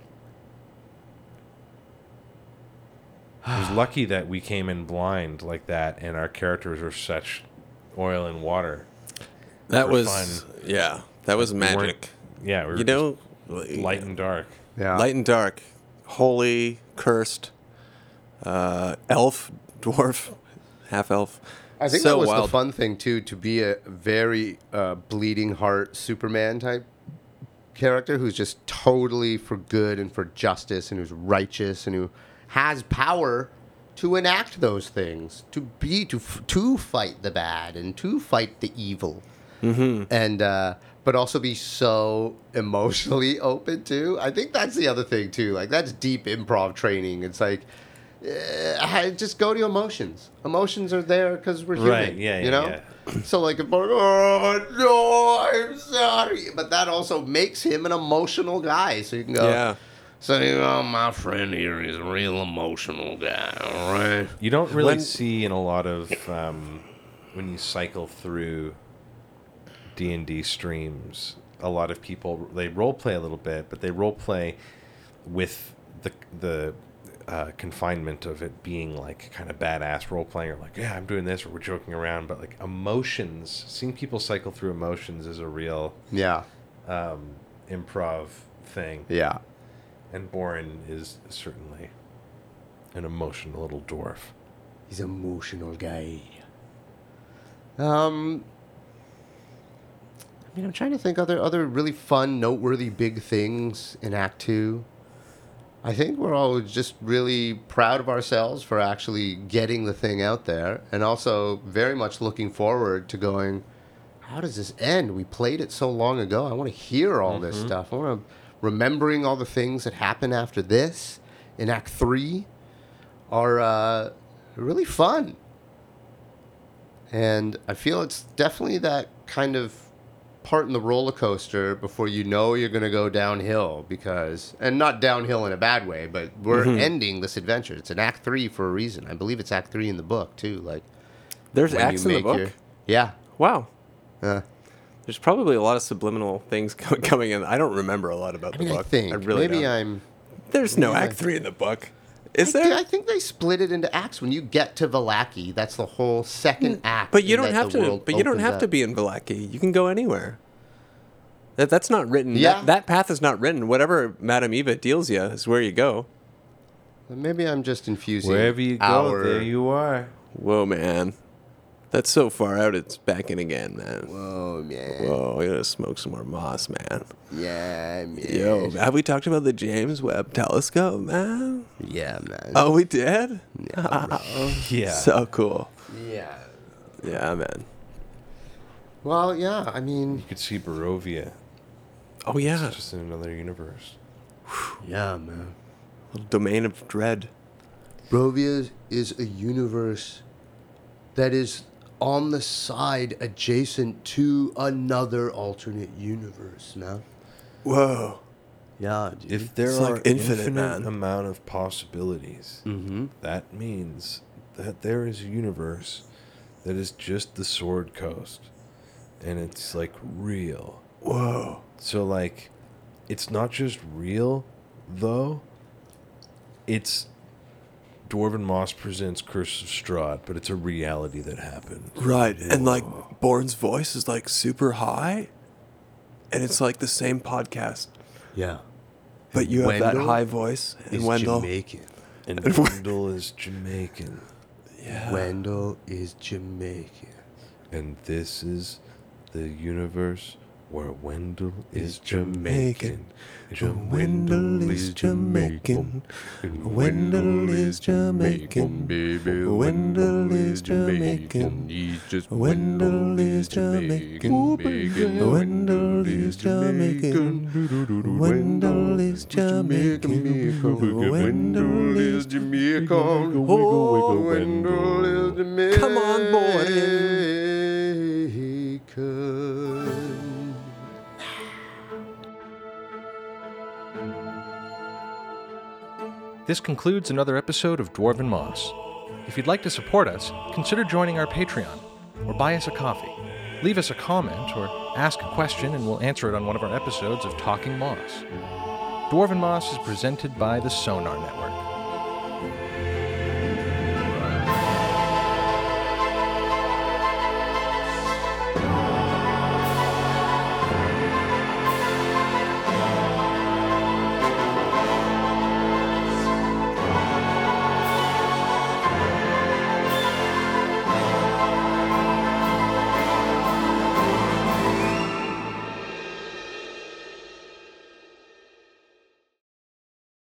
Speaker 4: It was lucky that we came in blind like that, and our characters were such oil and water.
Speaker 2: That
Speaker 4: For
Speaker 2: was
Speaker 4: fun.
Speaker 2: yeah, that was
Speaker 4: We weren't-
Speaker 2: magic.
Speaker 4: yeah, we were
Speaker 2: You know,
Speaker 4: just light and dark.
Speaker 3: Yeah.
Speaker 2: light and dark, holy, cursed, uh, elf, dwarf, half elf.
Speaker 3: I think
Speaker 2: so
Speaker 3: that was
Speaker 2: wild.
Speaker 3: the fun thing, too, to be a very uh, bleeding heart Superman type character who's just totally for good and for justice and who's righteous and who has power to enact those things, to be to f- to fight the bad and to fight the evil, and uh, but also be so emotionally open too. I think that's the other thing too. Like that's deep improv training. It's like. Uh, just go to emotions. Emotions are there because we're human.
Speaker 4: Right, yeah, yeah,
Speaker 3: you know. So like, if- oh no, I'm sorry. But that also makes him an emotional guy. So you can go,
Speaker 2: Yeah.
Speaker 8: So, you know, my friend here is a real emotional guy, all right?
Speaker 4: You don't really see in a lot of um, when you cycle through D and D streams, a lot of people they role play a little bit, but they role play with the the uh, confinement of it being like kind of badass role playing, or like yeah, I'm doing this, or we're joking around. But like emotions, seeing people cycle through emotions is a real
Speaker 6: Yeah.
Speaker 4: improv thing,
Speaker 6: Yeah.
Speaker 4: and Boren is certainly an emotional little dwarf.
Speaker 6: He's an emotional guy. Um, I mean, I'm trying to think other other really fun, noteworthy, big things in Act Two. I think we're all just really proud of ourselves for actually getting the thing out there, and also very much looking forward to going. How does this end? We played it so long ago. I want to hear all this stuff. I want to remembering all the things that happen after this in Act Three are uh, really fun. And I feel it's definitely that kind of part in the roller coaster before you know you're going to go downhill because, and not downhill in a bad way, but we're ending this adventure. It's an act three for a reason. I believe it's act three in the book, too. Like,
Speaker 2: There's
Speaker 6: when
Speaker 2: acts
Speaker 6: you
Speaker 2: in the
Speaker 6: make
Speaker 2: book.
Speaker 6: your- yeah.
Speaker 2: Wow.
Speaker 6: Uh,
Speaker 2: There's probably a lot of subliminal things co- coming in. I don't remember a lot about
Speaker 6: I
Speaker 2: the
Speaker 6: mean, I
Speaker 2: book.
Speaker 6: think.
Speaker 2: I really
Speaker 6: maybe
Speaker 2: don't.
Speaker 6: I'm.
Speaker 2: There's no Act Three in the book, is
Speaker 6: I,
Speaker 2: there?
Speaker 6: I think they split it into acts. When you get to Valaki, that's the whole second act.
Speaker 2: but you
Speaker 6: and
Speaker 2: don't
Speaker 6: that
Speaker 2: have
Speaker 6: the
Speaker 2: to.
Speaker 6: world
Speaker 2: But you don't
Speaker 6: opens
Speaker 2: have to
Speaker 6: up.
Speaker 2: be in Velaki. You can go anywhere. That, that's not written. that-
Speaker 6: Yeah.
Speaker 2: That, path is not written. Whatever Madame Eva deals you is where you go.
Speaker 6: Maybe I'm just infusing.
Speaker 4: Wherever you go,
Speaker 6: our-
Speaker 4: there you are.
Speaker 2: Whoa, man. That's so far out. It's back in again, man. Whoa,
Speaker 6: Oh man,
Speaker 2: Whoa we gotta smoke some more moss, man.
Speaker 6: yeah, man.
Speaker 2: Yo, have we talked about the James Webb Telescope, man?
Speaker 6: yeah, man.
Speaker 2: Oh, we did.
Speaker 4: Yeah.
Speaker 2: So cool.
Speaker 6: yeah.
Speaker 2: Yeah, man.
Speaker 6: Well, yeah. I mean,
Speaker 4: you could see Barovia
Speaker 2: Oh yeah,
Speaker 4: just in another universe.
Speaker 6: yeah, man.
Speaker 2: Little domain of dread.
Speaker 6: Brovia is a universe that is on the side adjacent to another alternate universe, man.
Speaker 2: Whoa.
Speaker 6: Yeah, dude.
Speaker 4: If there
Speaker 2: It's like
Speaker 4: are
Speaker 2: infinite,
Speaker 4: infinite,
Speaker 2: man.
Speaker 4: amount of possibilities, that means that there is a universe that is just the Sword Coast, and it's like real.
Speaker 2: Whoa.
Speaker 4: So like, it's not just real, though. It's Dwarven Moss presents Curse of Strahd, but it's a reality that happened.
Speaker 2: Right. And uh, like Bourne's voice is like super high. And it's like the same podcast.
Speaker 6: yeah.
Speaker 2: But you have that
Speaker 6: Wendell
Speaker 2: high voice. And
Speaker 6: Is
Speaker 2: Wendell.
Speaker 6: Jamaican.
Speaker 4: And Wendell is Jamaican,
Speaker 6: Wendell is Jamaican.
Speaker 4: and this is the universe where Wendell is
Speaker 2: Jamaican.
Speaker 4: Jamaican. Jamaican.
Speaker 2: Wendell is Jamaican. Wendell is Jamaican.
Speaker 9: Baby,
Speaker 2: Wendell is Jamaican.
Speaker 9: he's just
Speaker 2: Wendell is Jamaican. Wendell is Jamaican. Wendell is Jamaican. Wendell is
Speaker 9: Jamaican.
Speaker 2: Oh,
Speaker 9: Wendell is Jamaican.
Speaker 2: come on, boy.
Speaker 3: This concludes another episode of Dwarven Moss. If you'd like to support us, consider joining our Patreon or buy us a coffee. Leave us a comment or ask a question and we'll answer it on one of our episodes of Talking Moss. Dwarven Moss is presented by the Sonar Network.